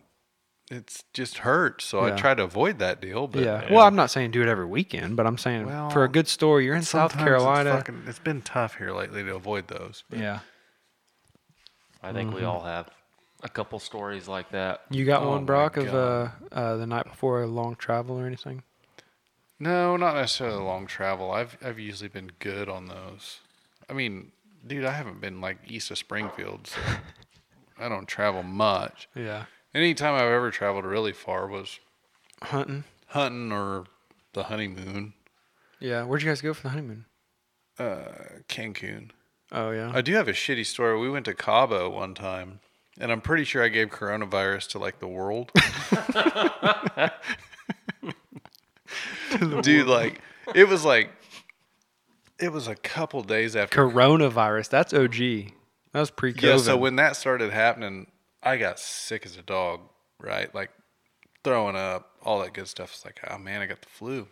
It's just hurt, so I
Yeah.
try to avoid that deal. But
yeah. Well, I'm not saying do it every weekend, but I'm saying for
Well,
a good story, you're in South
sometimes it's
Carolina.
fucking- it's been tough here lately to avoid those. but-
yeah.
I think
Mm-hmm.
we all have a couple stories like that.
You got
Oh
one,
my
Brock, of uh,
God.
uh, the night before a long travel or anything.
No, not necessarily long travel. I've I've usually been good on those. I mean, dude, I haven't been like east of Springfield, so I don't travel much.
Yeah.
Anytime I've ever traveled really far was
Hunting.
hunting or the honeymoon,
Yeah. Where'd you guys go for the honeymoon?
Cancun.
Oh yeah.
I do have a shitty story. We went to Cabo one time, and I'm pretty sure I gave coronavirus to like the world. Dude, like it was like it was a couple days after
Coronavirus. That's OG. That was pre-COVID.
Yeah, so when that started happening, I got sick as a dog, right? Like throwing up, all that good stuff. It's like, oh man, I got the flu.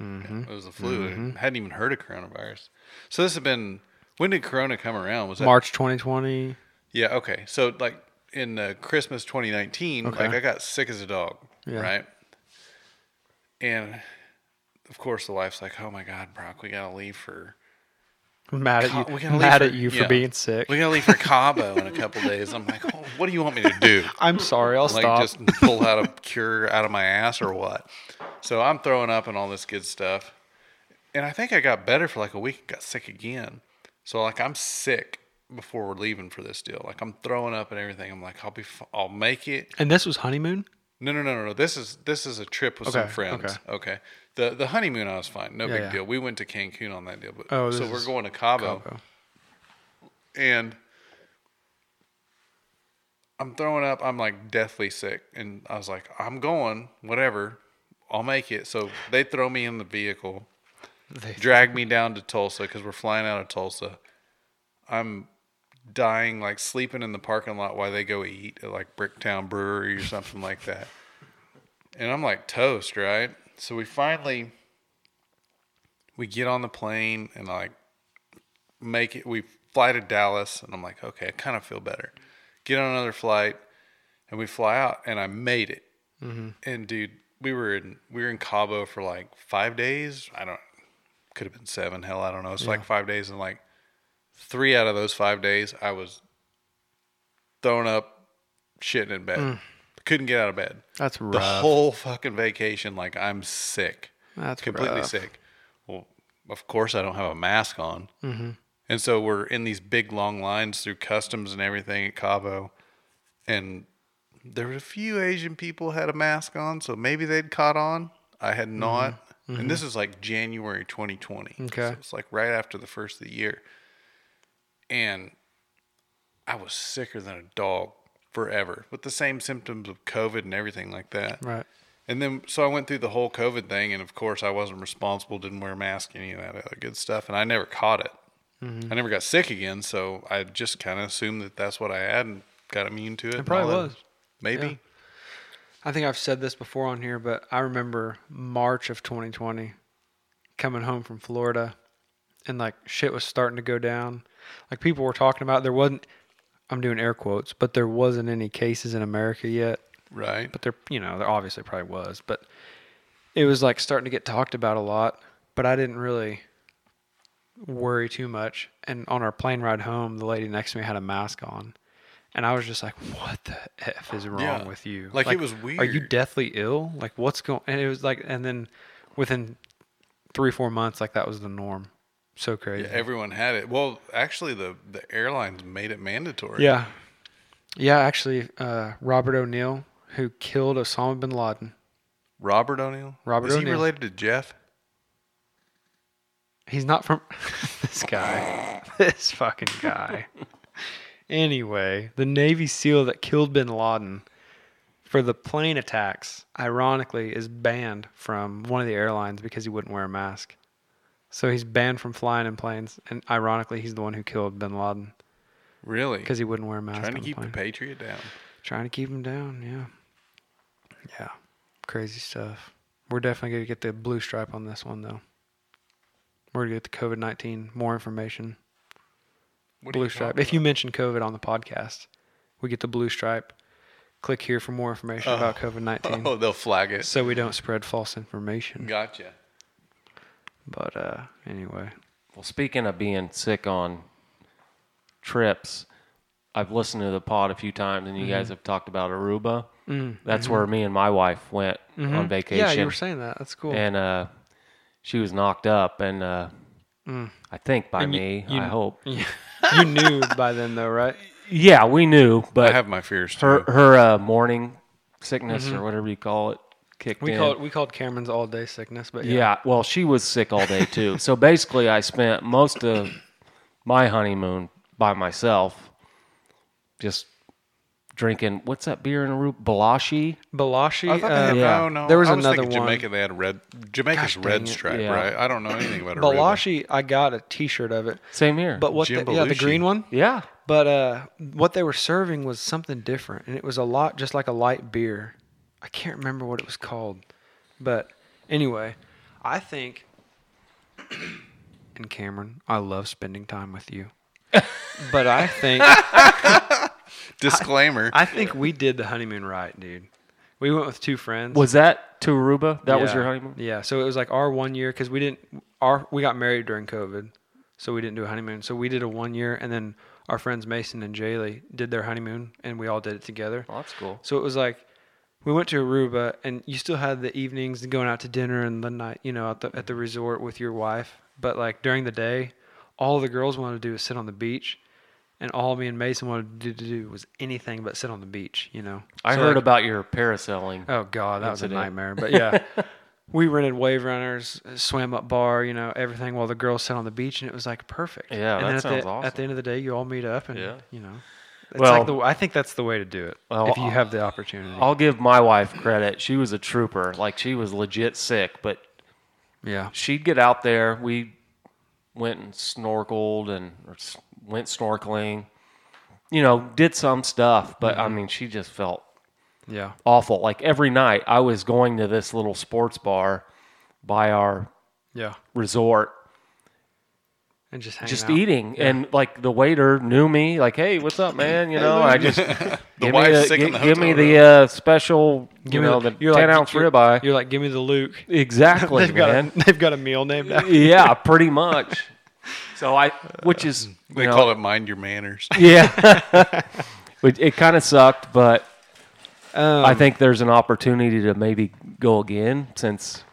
Yeah, it was the flu. I hadn't even heard of coronavirus. So this had been when did Corona come around? Was that
March 2020.
yeah, okay. So like in uh, Christmas 2019, like I got sick as a dog,
Yeah.
right? And of course, the wife's like, "Oh my God, Brock, we gotta leave for
Mad at
Ca-
you.
we gotta leave
mad
for-
at you for
yeah.
being sick.
we gotta leave for Cabo in a couple days." I'm like, oh, "What do you want me to do?
I'm sorry. I'll
like
stop.
just pull out a cure out of my ass or what?" So I'm throwing up and all this good stuff, and I think I got better for like a week. Got sick again, so like I'm sick before we're leaving for this deal. Like I'm throwing up and everything. I'm like, "I'll be, f- I'll make it."
and this was honeymoon.
No, no, no, no, no. This is this is a trip with some
Okay,
friends. Okay. The the honeymoon I was fine. No
Yeah,
big
yeah.
deal. We went to Cancun on that deal, but
Oh,
so
this
we're
is
going to Cabo,
Cabo.
and I'm throwing up. I'm like deathly sick, and I was like, I'm going, whatever, I'll make it. So they throw me in the vehicle,
They-
drag me down to Tulsa because we're flying out of Tulsa. I'm dying, like sleeping in the parking lot while they go eat at like Bricktown Brewery or something like that. And I'm like toast, right? So we finally we get on the plane and like make it. We fly to Dallas, and I'm like, okay, I kind of feel better. Get on another flight, and we fly out, and I made it. And dude, we were in we were in Cabo for like five days. I don't could have been seven. Hell, I don't know. It's like five days, and like three out of those five days, I was thrown up, shitting in bed. Couldn't get out of bed.
That's
The
rough.
whole fucking vacation, like I'm sick
That's
completely
rough.
sick. Well, of course, I don't have a mask on. Mm-hmm. And so we're in these big long lines through customs and everything at Cabo. And there were a few Asian people had a mask on, so maybe they'd caught on. I had
Mm-hmm.
not. And this is like January 2020.
Okay.
So it's like right after the first of the year. And I was sicker than a dog forever with the same symptoms of COVID and everything like that.
Right.
And then, so I went through the whole COVID thing, and of course, I wasn't responsible, didn't wear a mask, any of that other good stuff, and I never caught it.
Mm-hmm.
I never got sick again, so I just kind of assumed that that's what I had and got immune to it. It
probably was.
Maybe.
Yeah. I think I've said this before on here, but I remember March of 2020. coming home from Florida and like shit was starting to go down. Like people were talking about there wasn't I'm doing air quotes, but there wasn't any cases in America yet.
Right.
But there you know, there obviously probably was, but it was like starting to get talked about a lot, but I didn't really worry too much. And on our plane ride home, the lady next to me had a mask on. And I was just like, what the F is wrong
Yeah.
with you?
Like, it was
Are you
weird.
deathly ill? Like, what's going And it was like, and then within three, four months, like that was the norm. So crazy.
Yeah, everyone had it. Well, actually, the the airlines made it mandatory.
Yeah. Yeah, actually, uh, Robert O'Neill, who killed Osama bin Laden,
Robert O'Neill.
Robert
Is he
O'Neill.
related to Jeff?
he's not from this guy. This fucking guy. anyway, the Navy SEAL that killed bin Laden for the plane attacks, ironically, is banned from one of the airlines because he wouldn't wear a mask. So he's banned from flying in planes, and ironically, he's the one who killed bin Laden
Really?
because he wouldn't wear a mask.
trying to
on
keep
the
the
plane.
Patriot down.
trying to keep him down. Yeah, yeah, crazy stuff. We're definitely gonna get the blue stripe on this one though. We're gonna get the COVID nineteen more information.
What are
Blue
you
stripe.
talking
If you mention COVID on the podcast, we get the blue stripe. Click here for more information about COVID
about?
nineteen,
Oh, they'll flag it.
so we don't spread false information.
Gotcha.
But uh, anyway,
Well, speaking of being sick on trips, I've listened to the pod a few times, and you
Mm-hmm.
guys have talked about Aruba. Mm, That's where me and my wife went on vacation.
Mm-hmm. yeah, you were saying that. That's cool.
and uh, she was knocked up, and uh, I think by
Mm. And you-
me.
you-
I hope.
you knew by then though, right?
Yeah, we knew,
I
but
have my fears too.
her her uh, morning sickness or whatever you call it kicked
Mm-hmm. We
in.
called we called Cameron's all day sickness, but
yeah. well, she was sick all day too. so basically, I spent most of my honeymoon by myself, just drinking. What's that beer in a room? Balashi.
Balashi.
I thought they
uh,
had,
yeah.
no, no.
There was
I was
another
thinking
one.
Jamaica. They had red. Jamaica's
Gosh dang
red
it.
stripe,
Yeah.
right? I don't know anything about Aruba.
Balashi, I got a T-shirt of it.
Same here.
But what? The, yeah, the
Jimbalushi.
green one.
yeah,
But uh, what they were serving was something different, and it was a lot, just like a light beer. I can't remember what it was called, but anyway, I think. And Cameron, I love spending time with you, but I think
Disclaimer.
I think we did the honeymoon right, dude. We went with two friends.
was that to Aruba? That was
Yeah.
your honeymoon.
Yeah, so it was like our one year because we didn't our we got married during COVID, so we didn't do a honeymoon. So we did a one year, and then our friends Mason and Jaylee did their honeymoon, and we all did it together.
Well, Oh, that's cool.
So it was like we went to Aruba, and you still had the evenings and going out to dinner and the night, you know, at the at the resort with your wife. But like during the day, all the girls wanted to do is sit on the beach, and all me and Mason wanted to do- to do was anything but sit on the beach, you know.
I
So,
heard
like,
about your parasailing.
Oh god, that was a
incident.
nightmare. But yeah, we rented wave runners, uh, swam up bar, you know, everything while the girls sat on the beach, and it was like perfect.
Yeah,
and
that
at
sounds
the,
awesome.
At the end of the day, you all meet up, and
Yeah.
you know, it's
Well-
like the, I think that's the way to do it
Well, uh,
if you have the opportunity.
I'll give my wife credit. She was a trooper. Like she was legit sick, but
yeah,
she'd get out there. We went and snorkeled and or s- went snorkeling. You know, did some stuff, but I mean, she just felt
yeah,
awful. Like every night, I was going to this little sports bar by our
yeah,
resort,
and just hang
just
out.
eating, and like the waiter knew me. Like, hey, what's up, man? You know, I just
the
give me
wife's
the,
sick in
gi-
the
give me
hotel
the
room.
uh, special, you know, the
you're
ten ounce
you're-
ribeye.
You're like, give me the Luke.
Exactly,
They've got
man.
a, they've got a meal named after.
yeah, pretty much. So I, which is
They
you know,
call it mind your manners.
Yeah. Which it kind of sucked, but
Um,
I think there's an opportunity to maybe go again since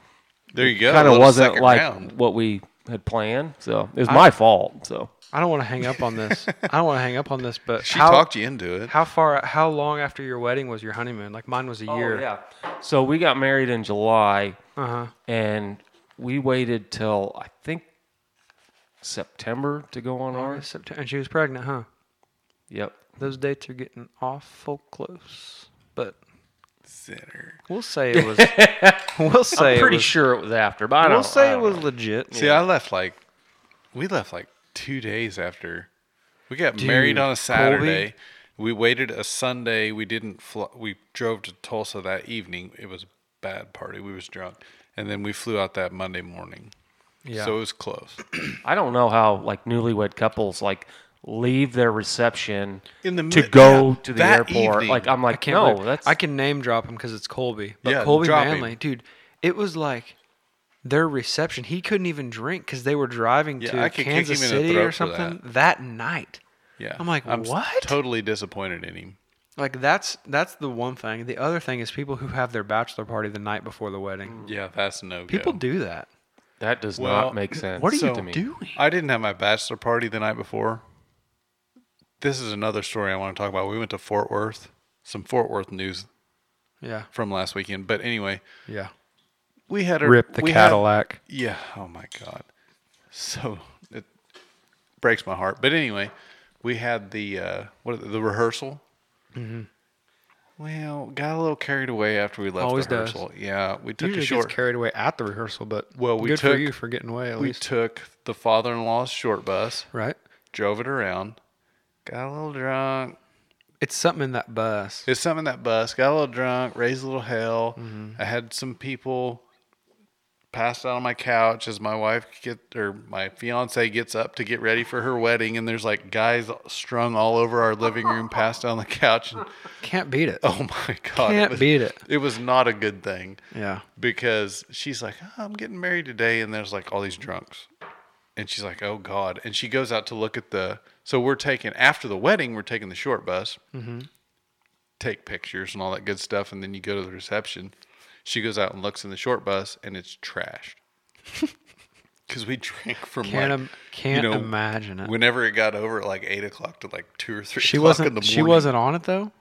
There you go.
kind of
little
wasn't
second
like
round.
what we had planned. So it was my fault. So
I don't want to hang up on this. I don't want to hang up on this, but
She
how,
talked you into it.
How far? How long after your wedding was your honeymoon? Like mine was a
Oh,
year.
yeah. Uh-huh. So we got married in July,
Uh huh.
and we waited till I think September to go on ours.
September, and she was pregnant, huh?
Yep.
Those dates are getting awful close, but
Sinner.
we'll say it was. we'll say
I'm
it
pretty
was,
sure it was after, but I don't.
We'll
I
say it
don't
was
know.
legit.
See, I left like we left like two days after we got married on a Saturday. We waited a Sunday. We didn't. Fl- we drove to Tulsa that evening. It was a bad party. We was drunk, and then we flew out that Monday morning.
Yeah.
So it was close.
I don't know how like newlywed couples like leave their reception
In the
to
mid-
go
yeah,
to the
that
airport.
evening.
Like I'm
I
like
can't.
no,
believe-
that's
I can name drop him because it's Colby. But
Yeah,
Colby
drop him.
Manley, dude, it was like their reception. He couldn't even drink because they were driving
Yeah, I
to
could kick
Kansas
him in the
City
throat for
or something that. night.
Yeah.
I'm like,
s-
"What?"
Totally disappointed in him.
Like that's that's the one thing. The other thing is people who have their bachelor party the night before the wedding.
Mm. Yeah, that's no
People
go.
do that.
that does
Well,
not make sense.
What are you
So-
doing?
I didn't have my bachelor party the night before. This is another story I want to talk about. We went to Fort Worth. Some Fort Worth news
Yeah,
from last weekend, but anyway,
yeah.
we had our
Rip the
we had-
Cadillac.
Yeah. Oh my God. So it breaks my heart. But anyway, we had the uh, what the rehearsal.
Mm-hmm.
Well, got a little carried away after we left
Always
the
does.
rehearsal. Yeah, we took
Usually
a short.
gets carried away at the rehearsal, but
Well, we
good for
took-
you for getting away at
we
least,
took the father-in-law's short bus,
right?
drove it around, got a little drunk.
It's something in that bus.
It's something that bus got a little drunk, raised a little hell. I had some people passed out on my couch as my wife get or my fiance gets up to get ready for her wedding, and there's like guys strung all over our living room, passed out on the couch. And,
Can't beat it.
oh my god,
Can't
was,
beat it.
It was not a good thing
Yeah.
because she's like, "Oh, I'm getting married today, and there's like all these drunks. And she's like, oh God. And she goes out to look at the. So we're taking, after the wedding, we're taking the short bus,
Mm-hmm.
take pictures and all that good stuff. And then you go to the reception. She goes out and looks in the short bus, and it's trashed. Because we drank from
Can't
like,
im- can't
you know,
imagine it.
Whenever it got over at like eight o'clock to like two or three
She
o'clock in the
wasn't.
morning.
She wasn't on it though.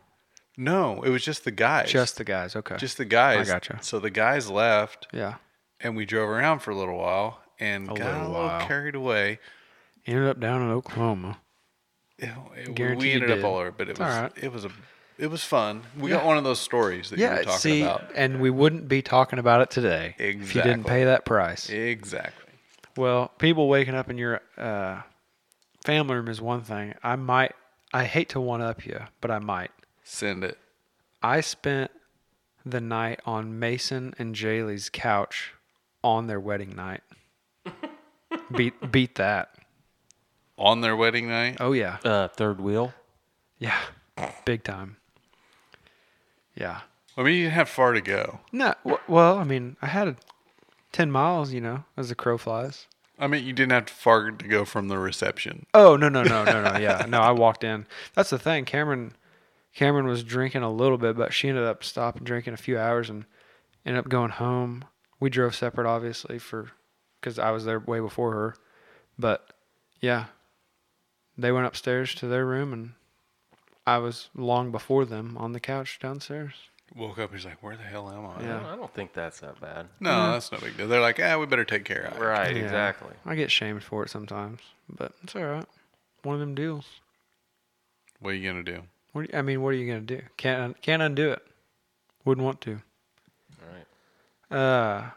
No, it was just the guys.
Just the guys. Okay.
just the guys.
I gotcha.
So the guys left
yeah.
and we drove around for a little while and got
little
a little
while.
carried away.
Ended up down in Oklahoma.
It- it-
Guarantee
we
you
ended
did.
up all over, but it
all
was
right.
it was a it was fun. We got one of those stories that you were talking
see,
about.
and we wouldn't be talking about it today if you didn't
Exactly.
pay that price.
Exactly.
Well, people waking up in your uh, family room is one thing. I might. I hate to one up you, but I might.
Send it.
I spent the night on Mason and Jaylee's couch on their wedding night. beat beat that.
On their wedding night.
Oh yeah.
Uh, third wheel.
Yeah. Big time. Yeah.
I mean you didn't have far to go.
No, w- well, I mean, I had 10 miles, you know, as the crow flies.
I mean you didn't have far to go from the reception.
Oh, no, no, no, no, no. Yeah. No, I walked in. That's the thing. Cameron Cameron was drinking a little bit, but she ended up stopping drinking a few hours and ended up going home. We drove separate obviously for cuz I was there way before her. But yeah. They went upstairs to their room and I was long before them on the couch downstairs.
Woke up he's like, Where the hell am I?
Yeah. Mm-hmm.
I don't think that's that bad.
No, that's no big deal. They're like, ah, we better take care of it.
Right.
Yeah.
Exactly.
I get shamed for it sometimes, but it's all right. One of them deals.
What are you gonna do?
What do you- I mean, what are you gonna do? Can't un- can't undo it. Wouldn't want to. Right. Uh,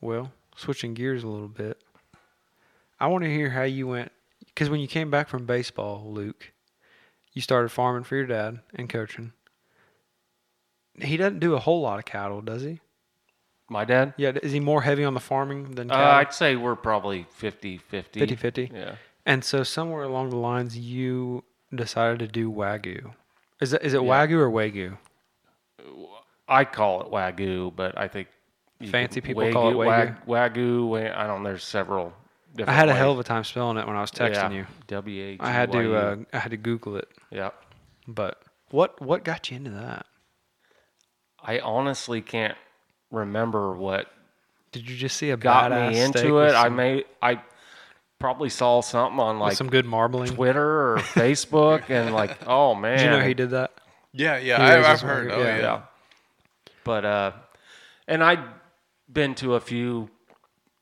well, switching gears a little bit. I want to hear how you went, because when you came back from baseball, Luke, you started farming for your dad and coaching. He doesn't do a whole lot of cattle, does he?
My dad.
Yeah, is he more heavy on the farming than
Uh,
cattle?
I'd say we're probably 50 50.
50-50?
Yeah.
And so somewhere along the lines, you decided to do wagyu. Is that is it wagyu or wagyu?
I call it Wagyu, but I think. you
Fancy
can-
people call it
Wag- Wagyu. wa- I don't know. There's several different
I had a
ways.
hell of a time spelling it when I was texting you.
W H. E
I had to uh, I had to Google it.
yeah.
But what what got you into that?
I honestly can't remember what
Did you just see a
got
badass
me
steak
into
with
it. I
some-
may I probably saw something on
with
like
some good marbling?
Twitter or Facebook and like, oh man.
Did you know he did that?
Yeah, yeah,
He
I,
raises
I've heard.
her-
Oh
yeah.
yeah.
Yeah. But uh and I'd been to a few,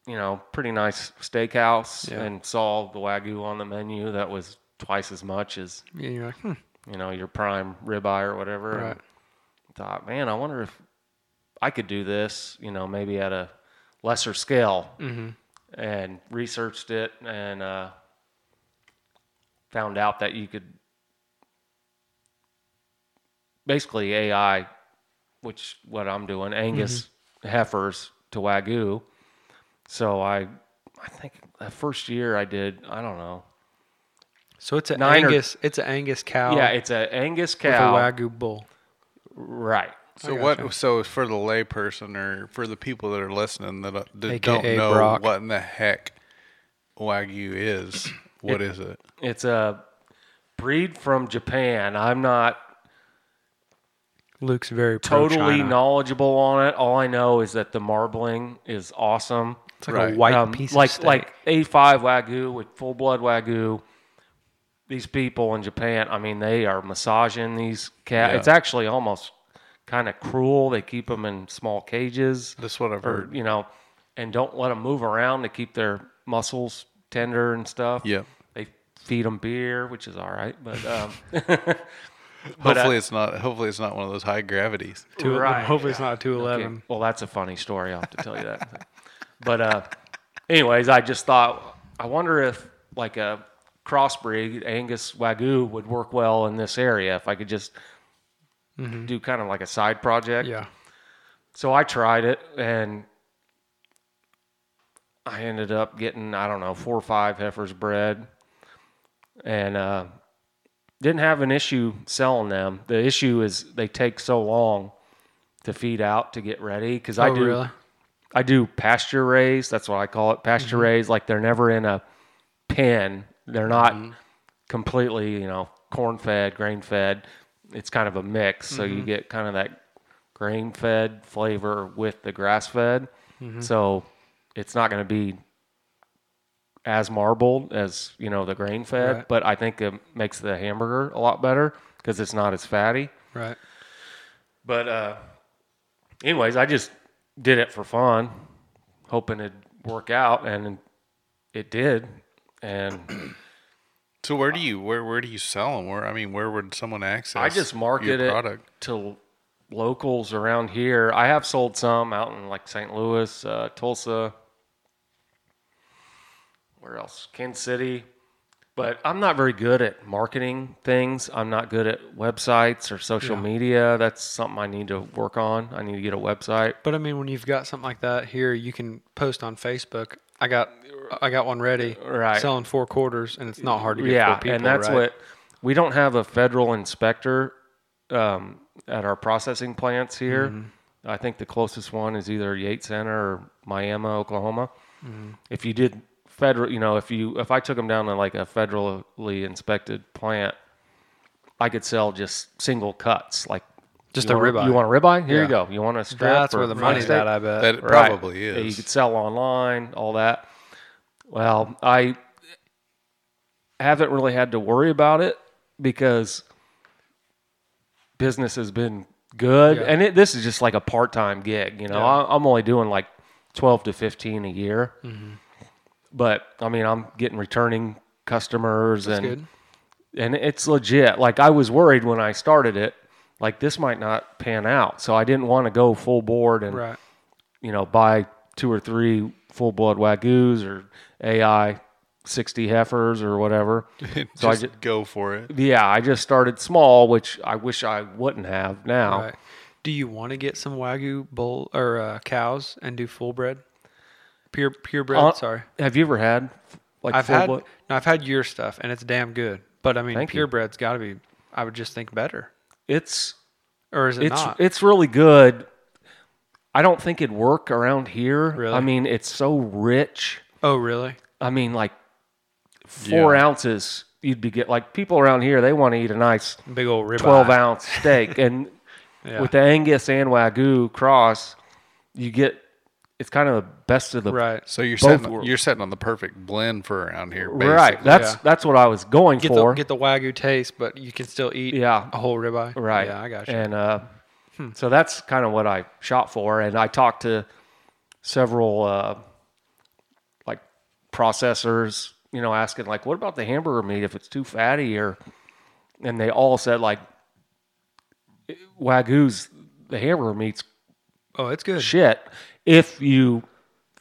you know, pretty nice steakhouse
Yeah.
and saw the wagyu on the menu that was twice as much as,
And you're like, hmm,
you know, your prime ribeye or whatever. and
Right.
thought, man, I wonder if I could do this, you know, maybe at a lesser scale. Mm-hmm. And researched it and uh, found out that you could basically AI, which
Mm-hmm.
what I'm doing, Angus heifers to Wagyu. So I I think that first year I did. I don't know.
So it's an
Nine or-
Angus. It's an Angus cow.
Yeah, it's a Angus
with
cow.
a wagyu bull.
Right.
So what? So for the layperson or for the people that are listening that, uh, that
AKA
don't know
Brock.
what in the heck wagyu is, what is it?
It's a breed from Japan. I'm not
Luke's very pro
totally
China.
knowledgeable on it. All I know is that the marbling is awesome.
It's like
Right.
a white
Um,
piece
like
of steak.
like A5 wagyu with full blood wagyu. These people in Japan, I mean, they are massaging these cats.
Yeah.
It's actually almost kind of cruel. They keep them in small cages.
That's what I've
or
heard.
you know, and don't let them move around to keep their muscles tender and stuff.
Yep.
They feed them beer, which is all right, but um,
Hopefully it's not. Hopefully it's not one of those high gravities.
Two-
Right,
Hopefully it's not two
okay.
eleven.
Um, well, that's a funny story. I'll have to tell you that. but uh, anyways, I just thought I wonder if like a crossbreed Angus Wagyu would work well in this area if I could just do kind of like a side project.
Yeah.
So I tried it and I ended up getting, I don't know, four or five heifers bred and uh, didn't have an issue selling them. The issue is they take so long to feed out to get ready because I
Oh,
do.
really?
I do pasture raised. That's what I call it. Pasture
Mm-hmm.
raised. Like they're never in a pen. They're not
Mm-hmm.
completely, you know, corn fed, grain fed. It's kind of a mix. So
Mm-hmm.
you get kind of that grain fed flavor with the grass fed.
Mm-hmm.
So it's not going to be as marbled as, you know, the grain fed.
Right.
But I think it makes the hamburger a lot better because it's not as fatty.
Right.
But uh, anyways, I just did it for fun, hoping it'd work out, and it did. And
So where do you where where do you sell them? Where I mean, where would someone access?
I just market
your
it
product.
to locals around here. I have sold some out in like St. Louis, uh, Tulsa, where else? Kansas City. But I'm not very good at marketing things. I'm not good at websites or social media. That's something I need to work on. I need to get a website.
But I mean, when you've got something like that here, you can post on Facebook. I got, I got one ready.
Right.
Selling four quarters, and it's not hard to get
yeah,
four people.
and that's
right?
what we don't have a federal inspector um, at our processing plants here.
Mm-hmm.
I think the closest one is either Yates Center or Miami, Oklahoma.
Mm-hmm.
If you did federal, you know, if you if I took them down to like a federally inspected plant, I could sell just single cuts, like
Just
you
a
want-
ribeye.
You want a ribeye? Here you
Yeah.
go. You want a strip?
That's
or
where the
flank
money's
steak?
at. I bet.
That it
Uh, Right.
probably
Yeah, You
is.
could sell online, all that. Well, I haven't really had to worry about it because business has been good,
Yeah.
and it, this is just like a part-time gig. You know, I, I'm only doing like twelve to fifteen a year,
Mm-hmm.
but I mean, I'm getting returning customers
That's
and
good.
and it's legit. Like I was worried when I started it, like this might not pan out. So I didn't want to go full board and
Right.
you know buy two or three full blood wagyu's or AI sixty heifers or whatever. so I
just
just
go for it.
yeah, I just started small, which I wish I wouldn't have now. Uh,
Right. Do you want to get some wagyu bull or uh, cows and do full bread? Pure purebred.
Uh,
sorry.
Have you ever had like
I've
full
had
blood?
no, I've had your stuff and it's damn good. But I mean,
Thank you.
purebred's got to be. I would just think better,
It's
or is it
it's
not?
it's really good. I don't think it'd work around here.
Really?
I mean, it's so rich.
oh, really?
I mean, like four
Yeah.
ounces. You'd be get like people around here. They want to eat a nice
Big old ribeye.
twelve ounce steak, and
Yeah.
with the Angus and Wagyu cross, you get it's kind of the best of the
Right.
So you're
Both
setting,
worlds.
you're setting on the perfect blend for around here. Basically.
Right. That's
Yeah.
that's what I was going
Get
for.
the get the wagyu taste, but you can still eat
Yeah.
a whole ribeye.
Right.
Yeah, I Hmm. got you.
And uh, so that's kind of what I shot for. And I talked to several uh, like processors, you know, asking like, what about the hamburger meat if it's too fatty or, and they all said like, Wagyu's the hamburger meat's
oh, it's good.
shit if you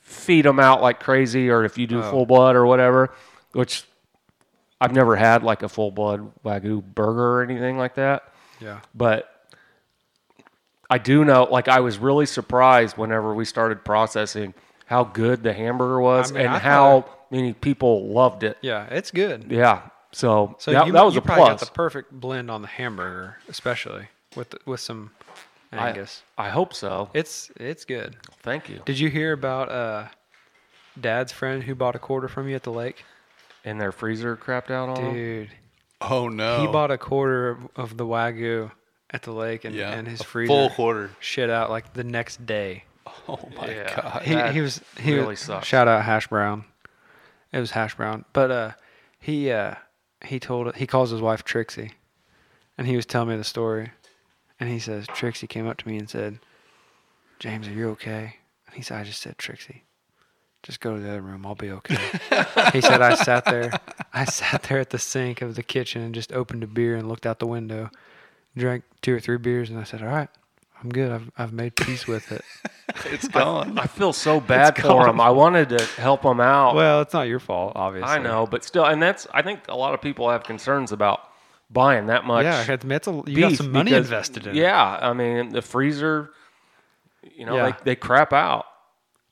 feed them out like crazy or if you
Oh.
do full blood or whatever, which I've never had like a full blood Wagyu burger or anything like that
Yeah.
but I do know, like, I was really surprised whenever we started processing how good the hamburger was
I mean,
and
I
how many people loved it.
Yeah, it's good.
Yeah. So,
So
that,
you,
that was
you
a
probably
plus.
got the perfect blend on the hamburger, especially with the, with some
I-
Angus.
I hope so.
it's it's good.
Thank you.
Did you hear about uh, Dad's friend who bought a quarter from you at the lake?
And their freezer crapped out on 'em?
Dude,
Oh no.
he bought a quarter of, of the wagyu at the lake, and,
yeah,
and his
a
freezer
full quarter.
shit out like the next day.
Oh my
Yeah.
god.
he,
That
he was he
really
was,
sucks.
shout out hash brown it was hash brown but uh he uh he told he calls his wife trixie and he was telling me the story and he says trixie came up to me and said james are you okay and he said i just said trixie just go to the other room i'll be okay he said i sat there i sat there at the sink of the kitchen and just opened a beer and looked out the window drank two or three beers and i said all right i'm good i've, I've made peace with it
It's gone.
I feel so bad for them. I wanted to help them out.
Well, it's not your fault, obviously.
I know, but still, and that's I think a lot of people have concerns about buying that much.
Yeah, it's, it's a, you got
beef
some money
because-
invested in it.
Yeah, I mean the freezer, you know,
Yeah.
they, they crap out,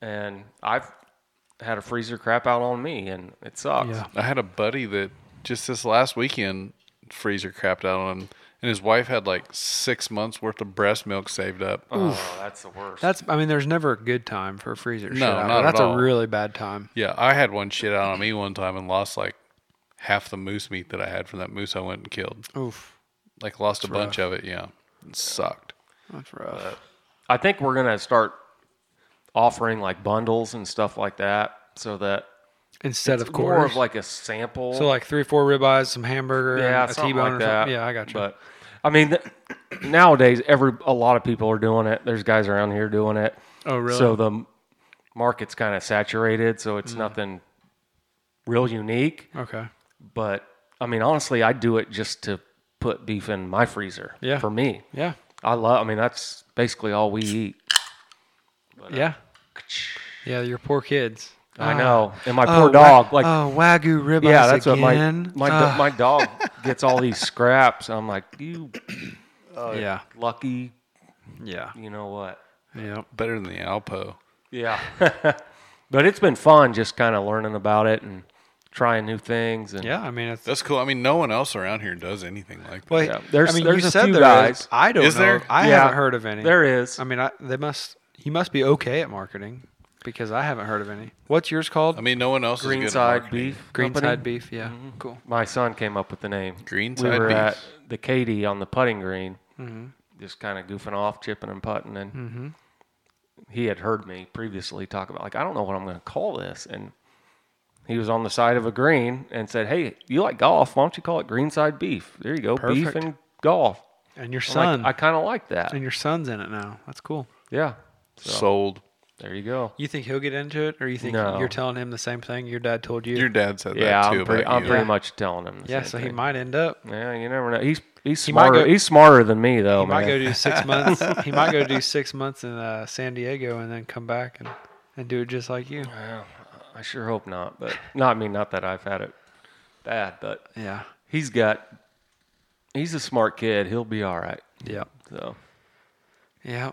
and I've had a freezer crap out on me, and it sucks.
Yeah.
I had a buddy that just this last weekend freezer crapped out on him, and his wife had like six months worth of breast milk saved up.
Oh, that's the worst.
That's. I mean, there's never a good time for a freezer. shit
No,
out.
not at
That's
all.
a really bad time.
Yeah, I had one shit out on me one time and lost like half the moose meat that I had from that moose I went and killed.
Oh,
Oof,
Like lost a bunch of it. Yeah, it sucked.
that's rough.
I think we're gonna start offering like bundles and stuff like that, so that
Instead of
more
quarters,
of like a sample.
so like three, four ribeyes, some hamburger,
yeah,
and a
something
T-bone
like
or
that.
something. Yeah, I got you.
But I mean, th- nowadays, every a lot of people are doing it. There's guys around here doing it.
oh, really? Mm.
So the m- market's kind of saturated, so it's nothing real unique.
okay.
But I mean, honestly, I do it just to put beef in my freezer.
Yeah.
For me,
Yeah.
I love. I mean, that's basically all we eat. uh,
yeah. Yeah. Your poor kids.
I
Ah.
know. And my
Oh,
poor
wa-
dog, like
oh, wagyu ribeyes.
yeah, that's what my
again?
my, do-
Ah.
my dog gets all these scraps. I'm like, you uh,
yeah.
lucky,
Yeah.
you know what?
Yeah.
Better than the Alpo.
Yeah. but it's been fun just kind of learning about it and trying new things. And
Yeah. I mean, it's.
That's cool. I mean, no one else around here does anything like that.
Well,
Yeah,
there's, I mean, there's you
a
said
few
there is.
guys.
I don't
Is
know.
there?
I
Yeah.
haven't heard of any.
there is.
I mean, I, they must. He must be okay at marketing because I haven't heard of any. What's yours called?
I mean, no one else is good at
Greenside
marketing.
Beef.
Greenside
Company. Mm-hmm.
beef. Yeah, cool.
My son came up with the name.
Greenside
We were
Beef.
at the Katie on the putting green,
Mm-hmm.
just kind of goofing off, chipping and putting. And he had heard me previously talk about, like, I don't know what I'm going to call this. And he was on the side of a green and said, Hey, you like golf? Why don't you call it Greenside Beef? There you go. Beef
Perfect.
and golf.
And your
I'm
son.
Like, I kind of like that.
and your son's in it now. That's cool.
Yeah.
Sold.
There you go.
You think he'll get into it, or you think
No.
you're telling him the same thing your dad told you?
Your dad said
Yeah,
that too
I'm pretty,
about
I'm
you.
pretty
Yeah.
much telling him. The
yeah,
same
so he
thing.
might end up.
Yeah, you never know. He's he's
He might
smarter.
go-
he's smarter than me though,
He
man.
might go do six months. He might go do six months in uh, San Diego and then come back and, and do it just like you.
I sure hope not. But no, I mean not that I've had it bad, but
Yeah.
he's got he's a smart kid. He'll be all right.
Yeah.
So
Yeah.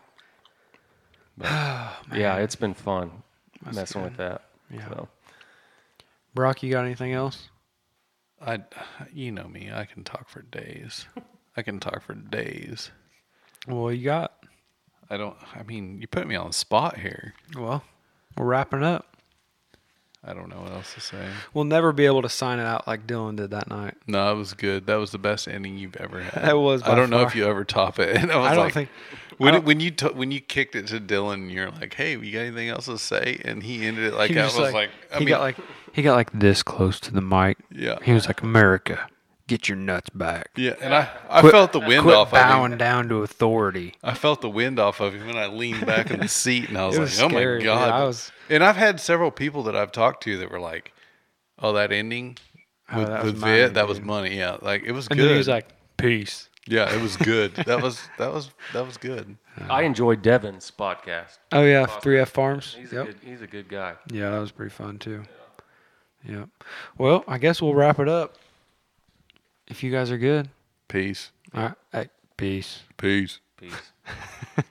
yeah, it's been fun messing with that.
Yeah.
So.
Brock, you got anything else?
I, you know me. I can talk for days. I can talk for days.
Well, you got.
I don't. I mean, you put me on the spot here.
Well, we're wrapping up.
I don't know what else to say.
We'll never be able to sign it out like Dylan did that night.
No, it was good. That was the best ending you've ever had.
That was
I
by
don't know
far.
if you ever top it. And I was
I don't
like,
think-
when,
I don't-
when you t- when you kicked it to Dylan, you're like, "Hey, you got anything else to say?" And he ended it like
He
I
just
was like, I
he
mean,
got like he got like this close to the mic.
Yeah.
He was like, America, get your nuts back.
yeah. And I, I felt the wind
Quit
off of
bowing
him.
down to authority.
I felt the wind off of him, and I leaned back in the seat, and I was,
It was
like,
scary,
"Oh my
dude.
god!"
I was-
and I've had several people that I've talked to that were like, "Oh, that ending."
Oh,
With,
that was
with
money,
it, that was
dude.
money. Yeah, like it was
And
good.
then he was like, peace.
"Yeah, it was good. that was that was that was good."
I enjoy Devin's podcast.
Oh yeah, three F Farms.
He's a
Yep.
good he's a good guy.
Yeah, that was pretty fun too. Yep. Well, I guess we'll wrap it up. If you guys are good.
Peace.
All right. Hey, peace.
Peace.
Peace.